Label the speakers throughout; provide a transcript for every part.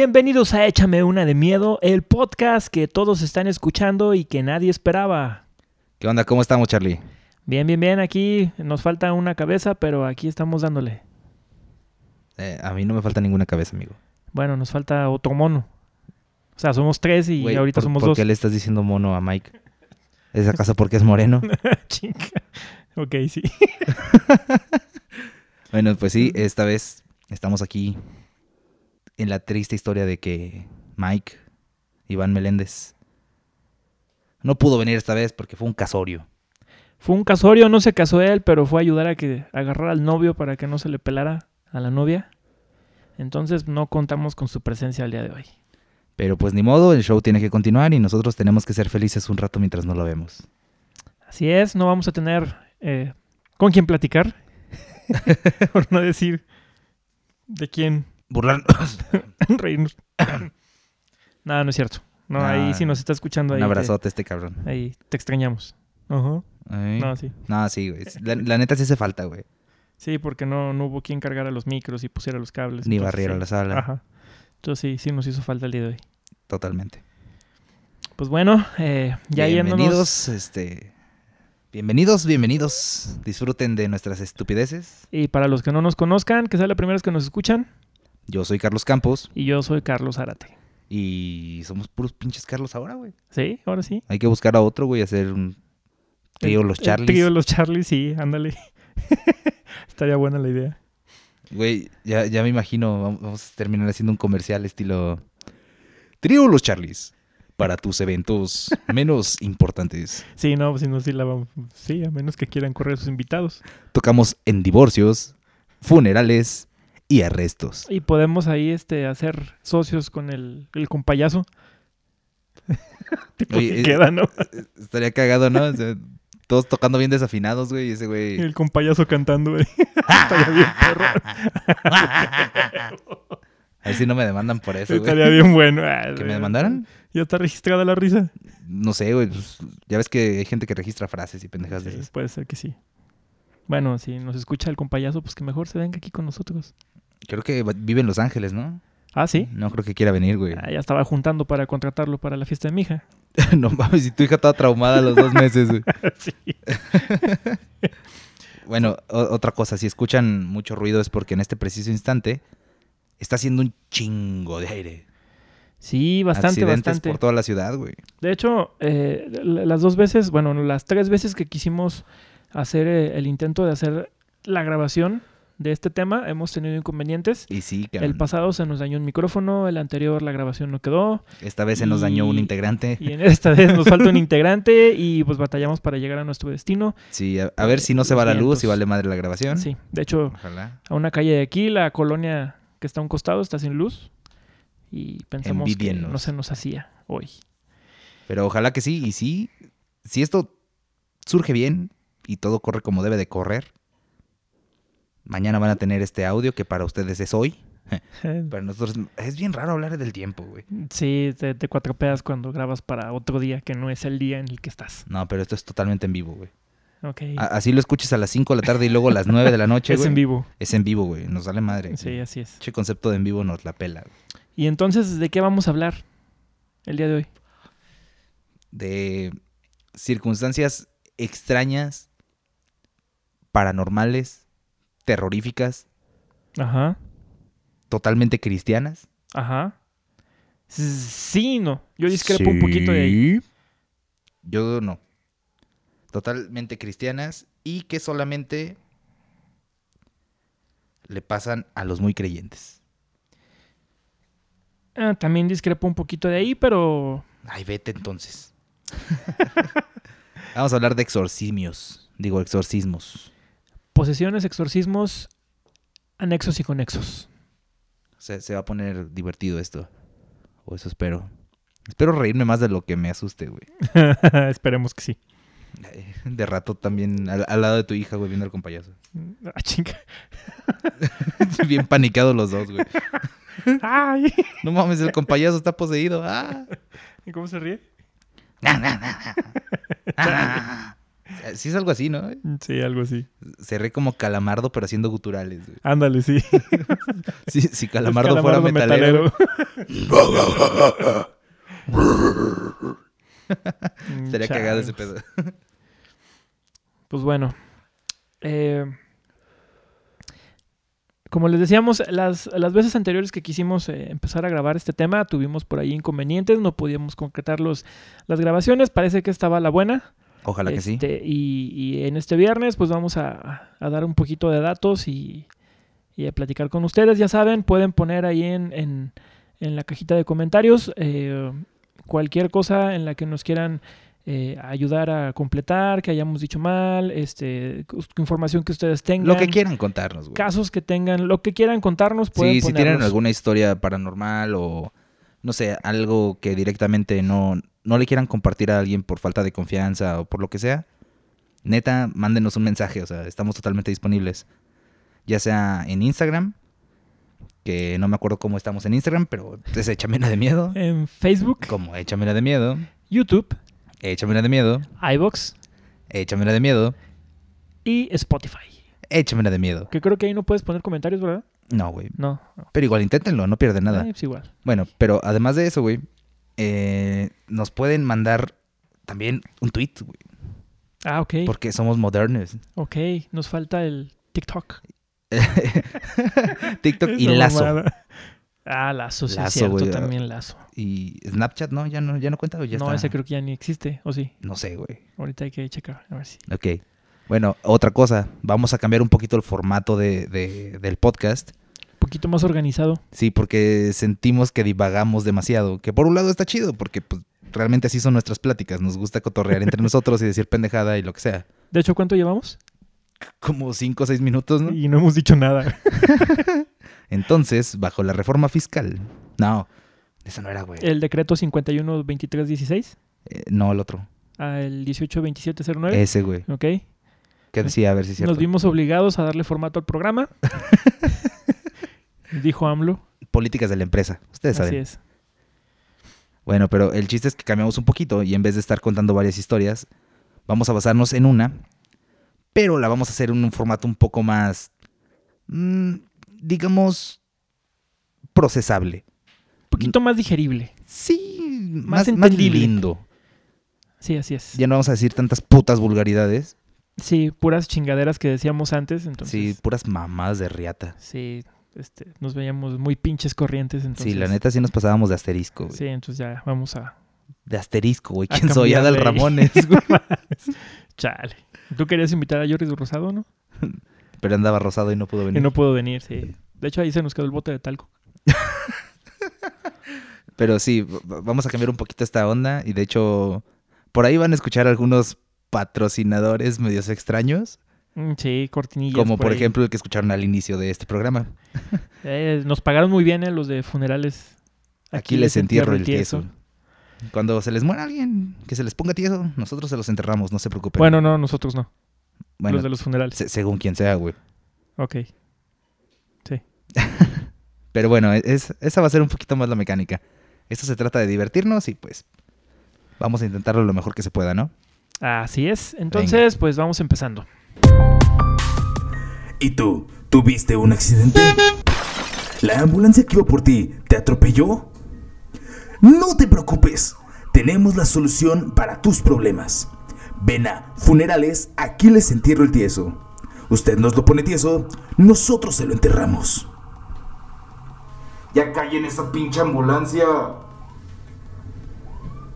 Speaker 1: Bienvenidos a Échame una de miedo, el podcast que todos están escuchando y que nadie esperaba.
Speaker 2: ¿Qué onda? ¿Cómo estamos, Charlie?
Speaker 1: Bien, bien, bien, aquí nos falta una cabeza, pero aquí estamos dándole.
Speaker 2: Eh, a mí no me falta ninguna cabeza, amigo.
Speaker 1: Bueno, nos falta otro mono. O sea, somos tres y
Speaker 2: Güey,
Speaker 1: ahorita
Speaker 2: ¿por-
Speaker 1: somos
Speaker 2: ¿Por
Speaker 1: dos.
Speaker 2: qué le estás diciendo mono a Mike? ¿Es acaso porque es moreno?
Speaker 1: Chinga. ok, sí.
Speaker 2: Bueno, pues sí, esta vez estamos aquí en la triste historia de que Mike, Iván Meléndez, no pudo venir esta vez porque fue un casorio.
Speaker 1: Fue un casorio, no se casó él, pero fue a ayudar a que agarrar al novio para que no se le pelara a la novia. Entonces no contamos con su presencia el día de hoy.
Speaker 2: Pero pues ni modo, el show tiene que continuar y nosotros tenemos que ser felices un rato mientras no lo vemos.
Speaker 1: Así es, no vamos a tener eh, con quién platicar. Por no decir de quién
Speaker 2: Burlarnos.
Speaker 1: reírnos. Nada, no es cierto. No,
Speaker 2: Nah,
Speaker 1: ahí sí nos está escuchando. Ahí
Speaker 2: Ah, un
Speaker 1: te-
Speaker 2: abrazote a este cabrón.
Speaker 1: ahí te extrañamos. Ajá.
Speaker 2: Ay.
Speaker 1: No, sí.
Speaker 2: No, sí, güey. La, la neta sí hace falta, güey.
Speaker 1: Sí, porque no, no hubo quien cargara los micros y pusiera los cables.
Speaker 2: Ni
Speaker 1: entonces,
Speaker 2: barriera
Speaker 1: sí.
Speaker 2: la sala.
Speaker 1: Ajá. Entonces sí, sí nos hizo falta el día de hoy.
Speaker 2: Totalmente.
Speaker 1: Pues bueno, eh, ya yéndonos.
Speaker 2: bienvenidos, este. Bienvenidos, bienvenidos. Disfruten de nuestras estupideces.
Speaker 1: Y para los que no nos conozcan, que sea la primera vez que nos escuchan,
Speaker 2: Yo soy Carlos Campos
Speaker 1: y yo soy Carlos Arate.
Speaker 2: y somos puros pinches Carlos ahora, güey.
Speaker 1: ¿Sí? Ahora sí.
Speaker 2: Hay que buscar a otro, güey, hacer un trío
Speaker 1: El-
Speaker 2: los
Speaker 1: el
Speaker 2: Charlies.
Speaker 1: Trío los Charlies, sí, ándale. Estaría buena la idea.
Speaker 2: Güey, ya, ya me imagino, vam- vamos a terminar haciendo un comercial estilo Trío los Charlies para tus eventos menos importantes.
Speaker 1: Sí, no, si no, sí la vamos. Sí, a menos que quieran correr a sus invitados.
Speaker 2: Tocamos en divorcios, funerales y arrestos.
Speaker 1: Y podemos ahí este, hacer socios con el, el compayazo. tipo,
Speaker 2: Oye,
Speaker 1: si
Speaker 2: eh,
Speaker 1: queda, ¿no?
Speaker 2: Estaría cagado, ¿no? O sea, todos tocando bien desafinados, güey, y ese güey.
Speaker 1: El compayazo cantando, güey. Estaría bien perro.
Speaker 2: A ver si no me demandan por eso, güey.
Speaker 1: Estaría bien bueno. Ah,
Speaker 2: ¿Que me demandaran?
Speaker 1: Ya está registrada la risa.
Speaker 2: No sé, güey. pues, ya ves que hay gente que registra frases y pendejas de
Speaker 1: Sí,
Speaker 2: esas.
Speaker 1: puede ser que sí. Bueno, si nos escucha el compayazo, pues que mejor se venga aquí con nosotros.
Speaker 2: Creo que va- vive en Los Ángeles, ¿no?
Speaker 1: Ah, sí.
Speaker 2: No creo que quiera venir, güey.
Speaker 1: Ah, ya estaba juntando para contratarlo para la fiesta de mi hija.
Speaker 2: no mames, si tu hija estaba traumada a los dos meses, güey.
Speaker 1: sí.
Speaker 2: Bueno, o- otra cosa, si escuchan mucho ruido es porque en este preciso instante está haciendo un chingo de aire.
Speaker 1: Sí, bastante,
Speaker 2: Accidentes
Speaker 1: bastante.
Speaker 2: por toda la ciudad, güey.
Speaker 1: De hecho, eh, la- las dos veces, bueno, no, las tres veces que quisimos hacer eh, el intento de hacer la grabación de este tema, hemos tenido inconvenientes.
Speaker 2: Y sí, que
Speaker 1: El pasado se nos dañó un micrófono, el anterior la grabación no quedó,
Speaker 2: esta vez se nos dañó un
Speaker 1: y-
Speaker 2: integrante.
Speaker 1: y en esta vez nos falta un integrante y pues batallamos para llegar a nuestro destino.
Speaker 2: Sí, a, a ver si no se
Speaker 1: Los
Speaker 2: va la luz,
Speaker 1: vientos.
Speaker 2: si vale madre la grabación.
Speaker 1: Sí, de hecho,
Speaker 2: Ojalá.
Speaker 1: a una calle de aquí, la colonia que está a un costado está sin luz y pensamos que
Speaker 2: Envidienos.
Speaker 1: no se nos hacía hoy.
Speaker 2: Pero ojalá que sí. Y sí, si esto surge bien y todo corre como debe de correr, mañana van a tener este audio que para ustedes es hoy. Para nosotros es bien raro hablar del tiempo, güey.
Speaker 1: Sí, te, te cuatropeas cuando grabas para otro día que no es el día en el que estás.
Speaker 2: No, pero esto es totalmente en vivo, güey.
Speaker 1: Ok.
Speaker 2: A- Así lo escuches a las 5 de la tarde y luego a las 9 de la noche,
Speaker 1: es
Speaker 2: güey.
Speaker 1: en vivo.
Speaker 2: Es en vivo, güey. Nos sale madre.
Speaker 1: Sí, así es.
Speaker 2: Che concepto de en vivo nos la pela. güey.
Speaker 1: Y entonces, ¿de qué vamos a hablar el día de hoy?
Speaker 2: De circunstancias extrañas, paranormales, terroríficas,
Speaker 1: Ajá,
Speaker 2: totalmente cristianas.
Speaker 1: ajá. S- Sí, no. Yo discrepo un poquito de ahí.
Speaker 2: Sí. Yo no. Totalmente cristianas y que solamente le pasan a los muy creyentes.
Speaker 1: Ah, también discrepo un poquito de ahí, pero
Speaker 2: Ay, vete entonces. Vamos a hablar de exorcismios. Digo, exorcismos.
Speaker 1: posesiones, exorcismos, anexos y conexos.
Speaker 2: Se, se va a poner divertido esto. O eso espero. Espero reírme más de lo que me asuste, güey.
Speaker 1: Esperemos que sí.
Speaker 2: Ay, De rato también al, al lado de tu hija, güey, viendo al compayazo.
Speaker 1: Ah, chinga.
Speaker 2: Bien panicados los dos, güey.
Speaker 1: Ay,
Speaker 2: No mames, el compayazo está poseído. Ah.
Speaker 1: ¿cómo se ríe?
Speaker 2: Sí es algo así, ¿no?
Speaker 1: Sí, algo así.
Speaker 2: Se ríe como Calamardo, pero haciendo guturales. güey.
Speaker 1: Ándale, sí.
Speaker 2: Si, si Calamardo, fuera metalero. Estaría cagado ese pedo.
Speaker 1: Pues bueno. Eh, como les decíamos, las, las veces anteriores que quisimos eh, empezar a grabar este tema, tuvimos por ahí inconvenientes, no podíamos concretar los, las grabaciones. Parece que estaba la buena.
Speaker 2: Ojalá que sí.
Speaker 1: Este, Y, y en este viernes, pues vamos a, a dar un poquito de datos y, y a platicar con ustedes. Ya saben, pueden poner ahí en, en- en la cajita de comentarios eh, cualquier cosa en la que nos quieran eh, ayudar a completar, que hayamos dicho mal, este, cus- información que ustedes tengan.
Speaker 2: Lo que quieran contarnos, güey.
Speaker 1: Casos que tengan, lo que quieran contarnos, pueden
Speaker 2: Sí, si tienen
Speaker 1: ponernos.
Speaker 2: alguna historia paranormal o no sé, algo que directamente no, no le quieran compartir a alguien por falta de confianza o por lo que sea, neta, mándenos un mensaje, o sea, estamos totalmente disponibles. Ya sea en Instagram, que no me acuerdo cómo estamos en Instagram, pero es Échamela de Miedo.
Speaker 1: En Facebook,
Speaker 2: Como Échamela de Miedo,
Speaker 1: YouTube,
Speaker 2: Échamela de Miedo,
Speaker 1: iBox
Speaker 2: Échamela de Miedo,
Speaker 1: y Spotify.
Speaker 2: Échamela de Miedo.
Speaker 1: Que creo que ahí no puedes poner comentarios, ¿verdad?
Speaker 2: No, güey.
Speaker 1: No.
Speaker 2: Pero igual inténtenlo, no pierden nada.
Speaker 1: Eh, pues igual.
Speaker 2: Bueno, pero además de eso, güey, eh, nos pueden mandar también un tweet, güey,
Speaker 1: Ah, ok.
Speaker 2: porque somos modernos.
Speaker 1: Ok, nos falta el TikTok.
Speaker 2: TikTok y
Speaker 1: Esa
Speaker 2: Lazo.
Speaker 1: mamada. Ah, Lazo, sí, es
Speaker 2: Lazo,
Speaker 1: cierto,
Speaker 2: güey, ah.
Speaker 1: también Lazo.
Speaker 2: Y Snapchat, ¿no? ¿Ya no, ya no cuenta o ya
Speaker 1: no,
Speaker 2: está?
Speaker 1: ese creo que ya ni existe, ¿o sí?
Speaker 2: No sé, güey.
Speaker 1: Ahorita hay que checar, a ver si.
Speaker 2: Ok. Bueno, otra cosa. Vamos a cambiar un poquito el formato de, de- del podcast.
Speaker 1: Un poquito más organizado.
Speaker 2: Sí, porque sentimos que divagamos demasiado. Que por un lado está chido, porque pues, realmente así son nuestras pláticas. Nos gusta cotorrear entre nosotros y decir pendejada y lo que sea.
Speaker 1: De hecho, ¿cuánto llevamos?
Speaker 2: Como cinco o seis minutos, Pues ¿no?
Speaker 1: Y no hemos dicho nada.
Speaker 2: Entonces, bajo la reforma fiscal. No, esa no era, güey.
Speaker 1: El decreto 51-23-16
Speaker 2: Eh, no, el otro.
Speaker 1: al 18-27-09.
Speaker 2: Ese, güey.
Speaker 1: Ok.
Speaker 2: Que decía, a ver si es cierto.
Speaker 1: ¿eh? Nos vimos obligados a darle formato al programa. Dijo AMLO.
Speaker 2: Políticas de la empresa. Ustedes
Speaker 1: Así
Speaker 2: saben.
Speaker 1: es.
Speaker 2: Bueno, pero el chiste es que cambiamos un poquito y en vez de estar contando varias historias, vamos a basarnos en una, pero la vamos a hacer en un formato un poco más, mm, digamos, procesable.
Speaker 1: Un poquito más digerible.
Speaker 2: Sí,
Speaker 1: Más
Speaker 2: más, más
Speaker 1: entendible.
Speaker 2: lindo.
Speaker 1: Sí, así es.
Speaker 2: Ya no vamos a decir tantas putas vulgaridades.
Speaker 1: Sí, puras chingaderas que decíamos antes, entonces.
Speaker 2: Sí, puras mamadas de riata.
Speaker 1: Sí, este, nos veíamos muy pinches corrientes, entonces.
Speaker 2: sí, la neta sí nos pasábamos de asterisco, güey.
Speaker 1: Sí, entonces ya vamos a.
Speaker 2: De asterisco, güey.
Speaker 1: A
Speaker 2: ¿Quién soy? Adal
Speaker 1: cambiarle.
Speaker 2: Ramones, güey.
Speaker 1: Chale. Tú querías invitar a Jordi Rosado, ¿no?
Speaker 2: Pero andaba rosado y Pues no pudo venir.
Speaker 1: Y no puedo venir, sí. De hecho, ahí se nos quedó el bote de talco.
Speaker 2: Pero sí, v- v- vamos a cambiar un poquito esta onda. Y de hecho, por ahí van a escuchar algunos patrocinadores medios extraños.
Speaker 1: Mm, Sí, cortinillas.
Speaker 2: como por,
Speaker 1: ahí.
Speaker 2: ejemplo el que escucharon al inicio de este programa.
Speaker 1: Eh, nos pagaron muy bien eh, los de funerales.
Speaker 2: Aquí, les entierro el tieso. Cuando se les muera alguien, que se les ponga tieso, nosotros se los enterramos, no se preocupen.
Speaker 1: Bueno, no, nosotros no.
Speaker 2: Bueno,
Speaker 1: los de los funerales.
Speaker 2: se- según quien sea, güey.
Speaker 1: Ok.
Speaker 2: Pero bueno, e-, es- esa va a ser un poquito más la mecánica. Esto se trata de divertirnos y pues vamos a intentarlo lo mejor que se pueda, ¿no?
Speaker 1: Así es. Entonces, pues vamos empezando.
Speaker 3: ¿Y tú? ¿Tuviste un accidente? ¿La ambulancia que iba por ti te atropelló? No te preocupes, tenemos la solución para tus problemas. Ven a Funerales, aquí les entierro el tieso. Usted nos lo pone tieso, nosotros se lo enterramos. Ya callen esa pinche ambulancia.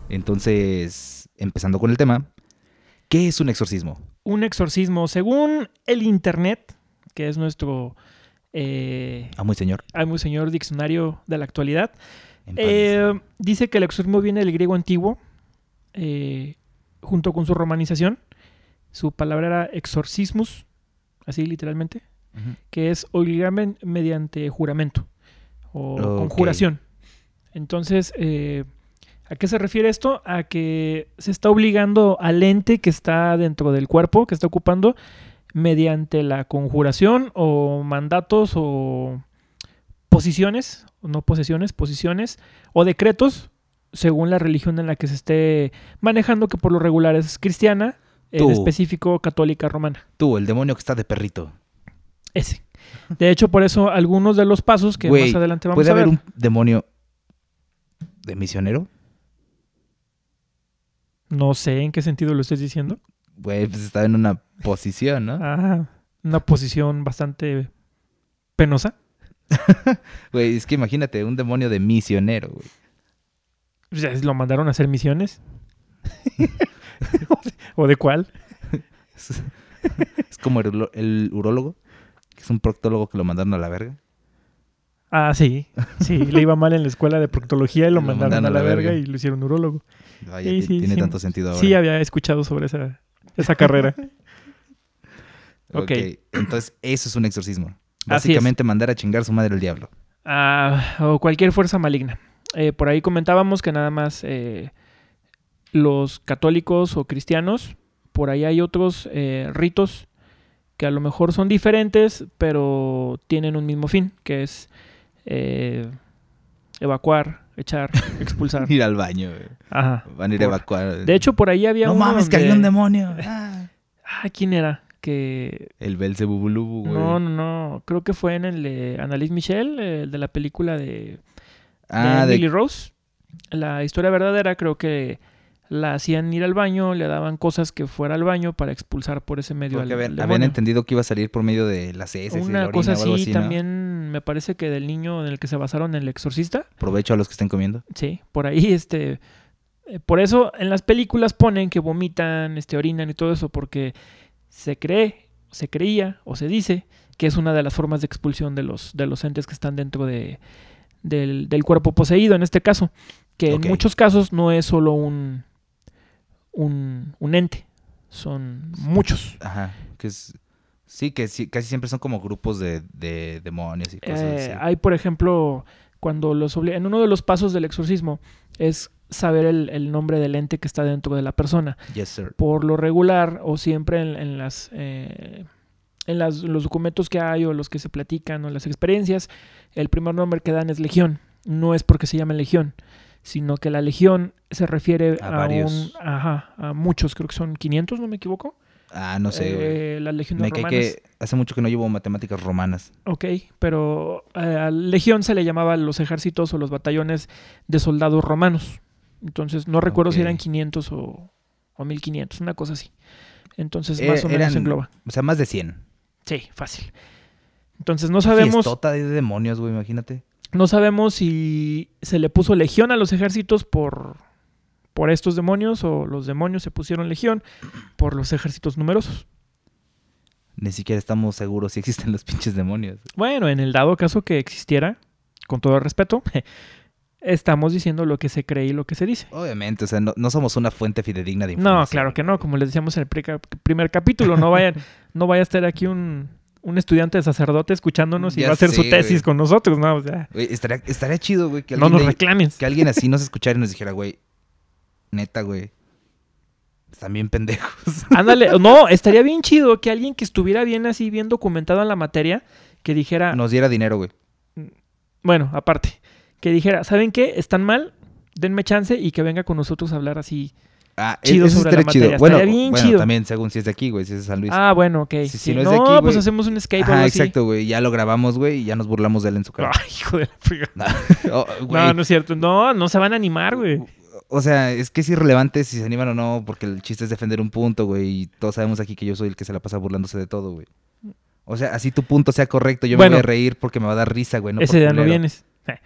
Speaker 2: Entonces, empezando con el tema, ¿qué es un exorcismo?
Speaker 1: Un exorcismo. Según el internet, que es nuestro. Eh,
Speaker 2: Ah, muy señor.
Speaker 1: hay muy señor diccionario de la actualidad.
Speaker 2: en paz descanse.
Speaker 1: Eh, dice que el exorcismo viene del griego antiguo, eh, junto con su romanización. Su palabra era exorcismus, así literalmente,
Speaker 2: Ujú.
Speaker 1: que es obligarme mediante juramento o
Speaker 2: Ok.
Speaker 1: conjuración. Entonces, eh, ¿a qué se refiere esto? A que se está obligando al ente que está dentro del cuerpo, que está ocupando, mediante la conjuración o mandatos o posiciones, no posesiones, posiciones o decretos, según la religión en la que se esté manejando, que por lo regular es cristiana. en
Speaker 2: Tú.
Speaker 1: específico católica romana.
Speaker 2: Tú, el demonio que está de perrito.
Speaker 1: Ese. De hecho, por eso algunos de los pasos que
Speaker 2: Güey,
Speaker 1: más adelante vamos
Speaker 2: ¿Puede
Speaker 1: a ver.
Speaker 2: haber un demonio de misionero?
Speaker 1: No sé en qué sentido lo estés diciendo.
Speaker 2: Güey, pues está en una posición, ¿no?
Speaker 1: Ah, una posición bastante penosa.
Speaker 2: Güey, es que imagínate, un demonio de misionero, güey.
Speaker 1: O sea, Lo mandaron a hacer misiones. ¿O de cuál?
Speaker 2: Es, es como el, ulo- el urólogo, que es un proctólogo que lo mandaron a la verga.
Speaker 1: Ah, sí. Sí, le iba mal en la escuela de proctología y lo, mandaron, a la, verga,
Speaker 2: verga.
Speaker 1: y lo hicieron urólogo.
Speaker 2: Vaya,
Speaker 1: Sí,
Speaker 2: ti-
Speaker 1: sí,
Speaker 2: tiene
Speaker 1: sí.
Speaker 2: tanto sentido ahora.
Speaker 1: Sí, había escuchado sobre esa, esa carrera. ok.
Speaker 2: Entonces, eso es un exorcismo.
Speaker 1: Así
Speaker 2: Básicamente mandar a chingar a su madre el diablo.
Speaker 1: Ah, o cualquier fuerza maligna. Eh, por ahí comentábamos que nada más eh, los católicos o cristianos, por ahí hay otros eh, ritos que a lo mejor son diferentes, pero tienen un mismo fin, que es eh, evacuar, echar, expulsar.
Speaker 2: Ir al baño, güey.
Speaker 1: Ajá.
Speaker 2: Van a ir a
Speaker 1: Ah. Por-
Speaker 2: evacuar.
Speaker 1: De hecho, por ahí había
Speaker 2: no
Speaker 1: uno
Speaker 2: mames, que
Speaker 1: donde-
Speaker 2: había un demonio. Ah.
Speaker 1: Ah, ¿quién era? Que
Speaker 2: El Belzebubulubu, güey.
Speaker 1: No, no, no. Creo que fue en el de Annalise Michel, el de la película de,
Speaker 2: ah,
Speaker 1: de
Speaker 2: de,
Speaker 1: Emily Rose. La historia verdadera, creo que la hacían ir al baño, le daban cosas que fuera al baño para expulsar por ese medio
Speaker 2: porque
Speaker 1: al,
Speaker 2: habían,
Speaker 1: al
Speaker 2: habían
Speaker 1: demonio.
Speaker 2: entendido que iba a salir por medio de las heces y la
Speaker 1: Una
Speaker 2: orina
Speaker 1: cosa
Speaker 2: o algo
Speaker 1: así,
Speaker 2: así, ¿no?
Speaker 1: también me parece que del niño en el que se basaron en el exorcista.
Speaker 2: Provecho a los que estén comiendo.
Speaker 1: Sí, por ahí, este. eh, Por eso en las películas ponen que vomitan, este, orinan y todo eso, porque se cree, se creía o se dice que es una de las formas de expulsión de los, de los entes que están dentro de, del, del cuerpo poseído, en este caso. Que
Speaker 2: Ok.
Speaker 1: en muchos casos no es solo un, un, un ente, son muchos.
Speaker 2: Ajá. Que es, sí, que sí- casi siempre son como grupos de, de demonios y cosas
Speaker 1: Eh,
Speaker 2: así.
Speaker 1: hay, por ejemplo, cuando los obli- en uno de los pasos del exorcismo es saber el- el nombre del ente que está dentro de la persona.
Speaker 2: Yes, sir.
Speaker 1: por lo regular o siempre en, en las eh, en las- los documentos que hay o los que se platican o las experiencias, el primer nombre que dan es legión. No es porque se llame legión, sino que la legión se refiere
Speaker 2: A
Speaker 1: a,
Speaker 2: varios.
Speaker 1: un- ajá, a muchos, creo que son 500, no me equivoco.
Speaker 2: Ah, no sé, güey.
Speaker 1: Eh, las legiones
Speaker 2: Me cae
Speaker 1: romanas.
Speaker 2: que hace mucho que no llevo matemáticas romanas.
Speaker 1: Ok, pero eh, a legión se le llamaba los ejércitos o los batallones de soldados romanos. Entonces, no recuerdo si
Speaker 2: Ok.
Speaker 1: eran 500 o, o 1500, una cosa así. Entonces,
Speaker 2: Eh,
Speaker 1: Pues más o menos
Speaker 2: eran-
Speaker 1: engloba.
Speaker 2: O sea, más de 100.
Speaker 1: Sí, fácil. Entonces no sabemos,
Speaker 2: Fiestota de demonios, güey, imagínate.
Speaker 1: no sabemos si se le puso legión a los ejércitos por, por estos demonios o los demonios se pusieron legión por los ejércitos numerosos.
Speaker 2: Ni siquiera estamos seguros si existen los pinches demonios.
Speaker 1: Bueno, en el dado caso que existiera, con todo respeto, estamos diciendo lo que se cree y lo que se dice.
Speaker 2: Obviamente, o sea, no, no somos una fuente fidedigna de información.
Speaker 1: No, claro que no, como les decíamos en el pre- primer capítulo, no vayan, no vaya a estar aquí un, un estudiante de sacerdote escuchándonos y
Speaker 2: Ya
Speaker 1: va a hacer su
Speaker 2: sé,
Speaker 1: tesis
Speaker 2: güey.
Speaker 1: con nosotros, ¿no? O sea,
Speaker 2: Güey, estaría, estaría chido, güey, que
Speaker 1: no
Speaker 2: alguien,
Speaker 1: nos
Speaker 2: de-
Speaker 1: reclamen.
Speaker 2: que alguien así nos escuchara y nos dijera, güey, neta, güey, están bien pendejos.
Speaker 1: Ándale, no, estaría bien chido que alguien que estuviera bien así, bien documentado en la materia, que dijera,
Speaker 2: Nos diera dinero, güey.
Speaker 1: bueno, aparte, que dijera, ¿saben qué? Están mal, denme chance y que venga con nosotros a hablar así.
Speaker 2: Ah,
Speaker 1: Chido
Speaker 2: eso
Speaker 1: sobre la
Speaker 2: estaría chido.
Speaker 1: materia,
Speaker 2: Bueno,
Speaker 1: estaría bien
Speaker 2: bueno,
Speaker 1: chido.
Speaker 2: también según si es de aquí, güey, si es de San Luis.
Speaker 1: Ah, bueno, ok.
Speaker 2: Si- si
Speaker 1: sí.
Speaker 2: no
Speaker 1: no,
Speaker 2: es de aquí,
Speaker 1: pues
Speaker 2: güey.
Speaker 1: hacemos un escape o
Speaker 2: Ajá,
Speaker 1: algo así.
Speaker 2: exacto, güey, ya lo grabamos, güey, y ya nos burlamos de él en su cara.
Speaker 1: Ay, hijo de la friga.
Speaker 2: Oh, güey,
Speaker 1: No, no es cierto. No, no se van a animar, güey.
Speaker 2: O sea, es que es irrelevante si se animan o no, porque el chiste es defender un punto, güey. Y todos sabemos aquí que yo soy el que se la pasa burlándose de todo, güey. O sea, así tu punto sea correcto, yo
Speaker 1: Bueno.
Speaker 2: me voy a reír porque me va a dar risa, güey. No
Speaker 1: Ese día
Speaker 2: ya
Speaker 1: no vienes. Eh,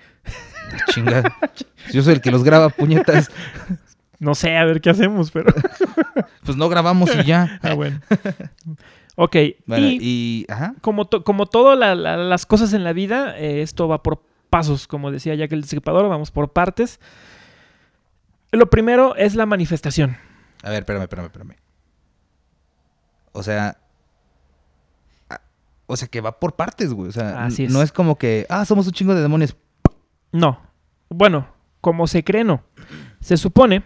Speaker 2: Chinga. Yo soy el que los graba, puñetas.
Speaker 1: No sé, a ver qué hacemos, pero...
Speaker 2: Pues no grabamos y ya.
Speaker 1: Ah, bueno. Ok,
Speaker 2: Bueno,
Speaker 1: y
Speaker 2: y... Ajá.
Speaker 1: como, to- como todas las cosas en la vida, eh, esto va por pasos, como decía Jack el Destripador, vamos por partes. Lo primero es la manifestación.
Speaker 2: A ver, espérame, espérame, espérame. O sea... a- O sea, que va por partes, güey. O sea,
Speaker 1: Así
Speaker 2: n- no
Speaker 1: es.
Speaker 2: es como que... Ah, somos un chingo de demonios.
Speaker 1: No. Bueno, como se cree, no. Se supone,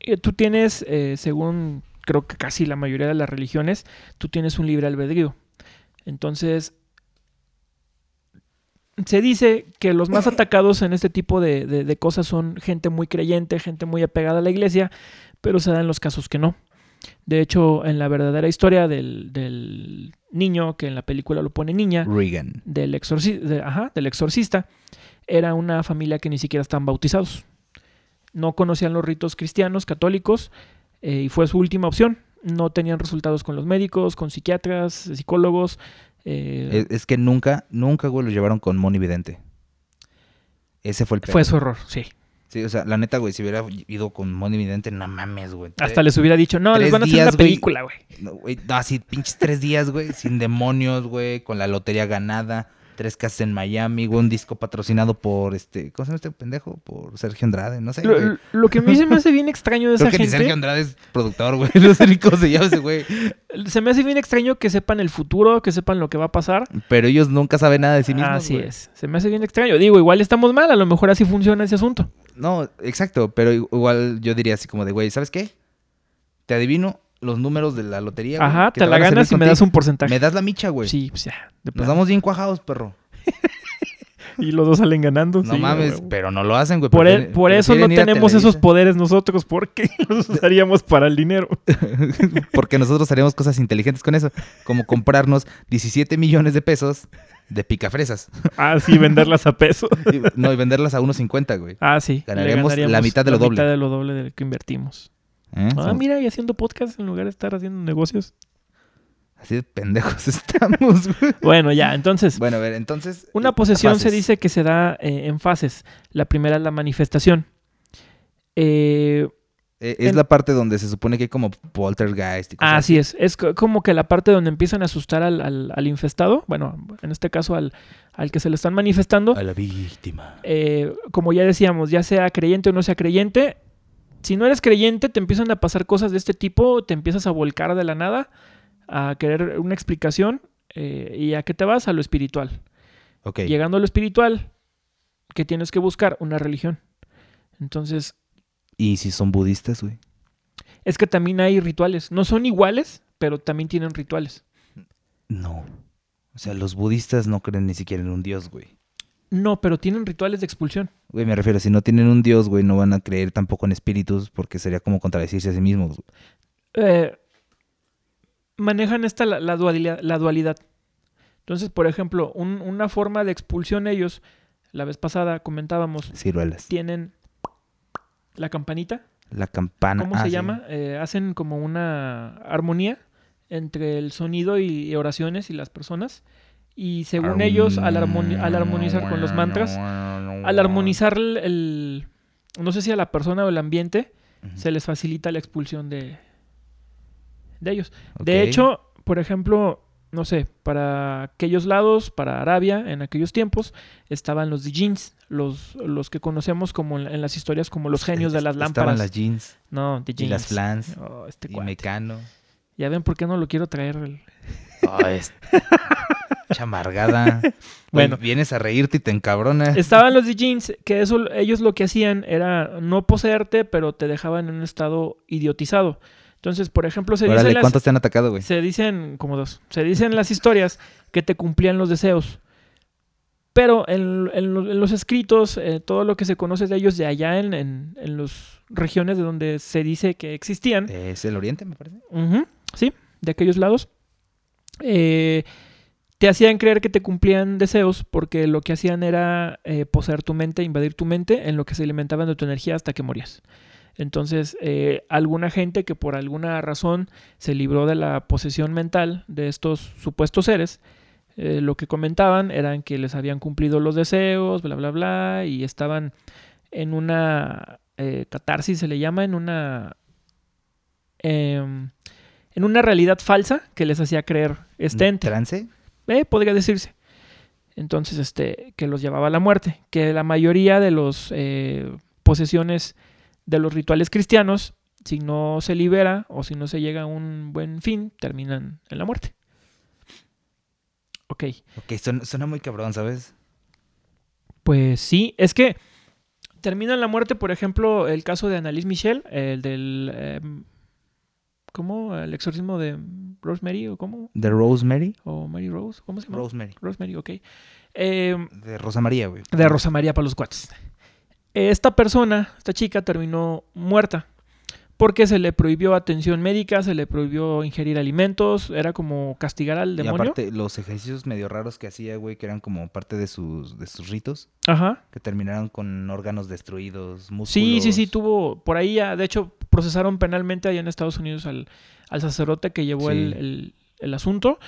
Speaker 1: eh, tú tienes, eh, según creo que casi la mayoría de las religiones, tú tienes un libre albedrío. Entonces, se dice que los más atacados en este tipo de, de- de cosas son gente muy creyente, gente muy apegada a la iglesia, pero se dan los casos que no. De hecho, en la verdadera historia del, del niño, que en la película lo pone niña,
Speaker 2: Regan.
Speaker 1: del, exorci- de- ajá, del exorcista, era una familia que ni siquiera están bautizados. No conocían los ritos cristianos, católicos, eh, y fue su última opción. No tenían resultados con los médicos, con psiquiatras, psicólogos. eh,
Speaker 2: Es, es que nunca, nunca, güey, lo llevaron con Moni Vidente. Ese fue el peor.
Speaker 1: fue su error,
Speaker 2: Eh,
Speaker 1: sí.
Speaker 2: Sí, o sea, la neta, güey, si hubiera ido con Moni Vidente, no mames, güey.
Speaker 1: Hasta les hubiera dicho, no, les
Speaker 2: tres
Speaker 1: van a hacer
Speaker 2: días,
Speaker 1: una
Speaker 2: güey.
Speaker 1: película, güey.
Speaker 2: No, güey, no, así pinches tres días, güey, sin demonios, güey, con la lotería ganada, tres casas en Miami, güey, un disco patrocinado por este, ¿cómo se llama este pendejo? Por Sergio Andrade, no sé, güey.
Speaker 1: Lo, lo que a mí se me hace bien extraño de
Speaker 2: Creo
Speaker 1: esa
Speaker 2: que ni Sergio
Speaker 1: gente,
Speaker 2: Andrade es productor, güey. No sé ni cómo se llama ese güey.
Speaker 1: se me hace bien extraño que sepan el futuro, que sepan lo que va a pasar.
Speaker 2: Pero ellos nunca saben nada de sí mismos.
Speaker 1: Ah, así
Speaker 2: güey.
Speaker 1: es, se me hace bien extraño. Digo, igual estamos mal, a lo mejor así funciona ese asunto.
Speaker 2: No, exacto. Pero i- igual yo diría así como de, güey, ¿sabes qué? Te adivino los números de la lotería. güey,
Speaker 1: Ajá,
Speaker 2: que
Speaker 1: te la
Speaker 2: van a
Speaker 1: ganas y
Speaker 2: servir
Speaker 1: me das
Speaker 2: contigo.
Speaker 1: un porcentaje.
Speaker 2: Me das la micha, güey.
Speaker 1: Sí, pues ya. de
Speaker 2: Nos
Speaker 1: plano.
Speaker 2: damos bien cuajados, perro.
Speaker 1: Y los dos salen ganando.
Speaker 2: No
Speaker 1: sí,
Speaker 2: mames,
Speaker 1: a huevo.
Speaker 2: pero pues no lo hacen, güey.
Speaker 1: Por,
Speaker 2: prefieren-
Speaker 1: e- por eso no
Speaker 2: prefieren ir a
Speaker 1: tenemos esos
Speaker 2: Televisa.
Speaker 1: poderes nosotros, porque los usaríamos para el dinero.
Speaker 2: Porque nosotros haríamos cosas inteligentes con eso, como comprarnos 17 millones de pesos de picafresas.
Speaker 1: Ah, sí, venderlas a peso.
Speaker 2: Y- No, y venderlas a 1.50, güey.
Speaker 1: Ah, sí. le
Speaker 2: Ganaríamos la
Speaker 1: ganaríamos
Speaker 2: mitad de lo
Speaker 1: la
Speaker 2: doble.
Speaker 1: mitad de lo doble del que invertimos.
Speaker 2: ¿Eh?
Speaker 1: Ah,
Speaker 2: Somos-
Speaker 1: mira, y haciendo podcast en lugar de estar haciendo negocios.
Speaker 2: Así de pendejos estamos, güey.
Speaker 1: Bueno, ya, entonces,
Speaker 2: Bueno, a ver, entonces.
Speaker 1: una
Speaker 2: eh,
Speaker 1: posesión se
Speaker 2: fases.
Speaker 1: dice que se da eh, en fases. La primera es la manifestación. Eh,
Speaker 2: Eh, es
Speaker 1: en- Ah,
Speaker 2: la parte donde se supone que hay como poltergeist y cosas
Speaker 1: así es. Es co- como que la parte donde empiezan a asustar al, al- al infestado. Bueno, en este caso al, al que se le están manifestando.
Speaker 2: A la víctima.
Speaker 1: eh, como ya decíamos, ya sea creyente o no sea creyente, si no eres creyente te empiezan a pasar cosas de este tipo, te empiezas a volcar de la nada, a querer una explicación eh, y a qué te vas a lo espiritual.
Speaker 2: Ok.
Speaker 1: Llegando a lo espiritual, ¿qué tienes que buscar? Una religión. Entonces,
Speaker 2: ¿Y si son budistas, güey?
Speaker 1: es que también hay rituales. No son iguales, pero también tienen rituales.
Speaker 2: No. O sea, los budistas no creen ni siquiera en un dios, güey.
Speaker 1: No, pero tienen rituales de expulsión.
Speaker 2: Güey, me refiero, si no tienen un dios, güey, no van a creer tampoco en espíritus porque sería como contradecirse a sí mismos. güey.
Speaker 1: eh, manejan esta la, la dualidad, la dualidad. Entonces, por ejemplo, un- una forma de expulsión ellos, la vez pasada comentábamos,
Speaker 2: Ciruelas.
Speaker 1: tienen la campanita,
Speaker 2: La campana.
Speaker 1: ¿cómo
Speaker 2: Ah,
Speaker 1: se
Speaker 2: sí.
Speaker 1: llama? Eh, hacen como una armonía entre el sonido y, y oraciones y las personas. Y según ellos, al, armoni- al armonizar con los mantras, al armonizar el, el- no sé si a la persona o el ambiente,
Speaker 2: Ujú.
Speaker 1: se les facilita la expulsión de, de ellos.
Speaker 2: Ok.
Speaker 1: De hecho, por ejemplo, no sé, para aquellos lados, para Arabia, en aquellos tiempos, estaban los djinns, los, los que conocemos como en, en las historias como los genios de las
Speaker 2: Estaban
Speaker 1: lámparas.
Speaker 2: las jeans
Speaker 1: No,
Speaker 2: y
Speaker 1: djinns.
Speaker 2: las flans
Speaker 1: Oh, este
Speaker 2: y
Speaker 1: cuate.
Speaker 2: mecano.
Speaker 1: Ya ven por qué no lo quiero traer. el- Ah,
Speaker 2: Ay, es- chamargada. Güey,
Speaker 1: Bueno.
Speaker 2: vienes a reírte y te encabrona.
Speaker 1: Estaban los djinns, que eso ellos lo que hacían era no poseerte, pero te dejaban en un estado idiotizado. Entonces, por ejemplo, se
Speaker 2: Órale,
Speaker 1: dice las,
Speaker 2: ¿cuántos te han atacado, güey?
Speaker 1: Se dicen, como dos, se dicen las historias que te cumplían los deseos. Pero en, en lo- en los escritos, eh, todo lo que se conoce de ellos de allá en, en, en las regiones de donde se dice que existían,
Speaker 2: Es el oriente, me parece.
Speaker 1: ujú, sí, de aquellos lados, eh, te hacían creer que te cumplían deseos porque lo que hacían era eh, poseer tu mente, invadir tu mente, en lo que se alimentaban de tu energía hasta que morías. Entonces, eh, alguna gente que por alguna razón se libró de la posesión mental de estos supuestos seres, eh, lo que comentaban eran que les habían cumplido los deseos, bla, bla, bla, y estaban en una eh, catarsis, se le llama, en una... em, en una realidad falsa que les hacía creer
Speaker 2: Mm,
Speaker 1: este ente.
Speaker 2: ¿Trance?
Speaker 1: Eh, podría decirse. Entonces, este, que los llevaba a la muerte. Que la mayoría de las posesiones de los rituales cristianos, si no se libera o si no se llega a un buen fin, terminan en la muerte. Ok,
Speaker 2: Ok, suena, suena muy cabrón, ¿sabes?
Speaker 1: pues sí, es que termina en la muerte, por ejemplo, el caso de Annalise Michel, el del. em, ¿Cómo? El exorcismo de Rosemary o cómo?
Speaker 2: ¿De Rosemary?
Speaker 1: ¿O Mary Rose? ¿Cómo se llama?
Speaker 2: Rosemary.
Speaker 1: Rosemary, ok. Em,
Speaker 2: De Rosa María, güey.
Speaker 1: de Rosa María para los cuates. Esta persona, esta chica, terminó muerta porque se le prohibió atención médica, se le prohibió ingerir alimentos, era como castigar al
Speaker 2: Y
Speaker 1: demonio.
Speaker 2: aparte, los ejercicios medio raros que hacía, güey, que eran como parte de sus, de sus ritos,
Speaker 1: Ajá.
Speaker 2: que terminaron con órganos destruidos, músculos.
Speaker 1: Sí, sí, sí, tuvo por ahí, ya, de hecho, procesaron penalmente allá en Estados Unidos al, al sacerdote que llevó
Speaker 2: Sí.
Speaker 1: el, el- el asunto.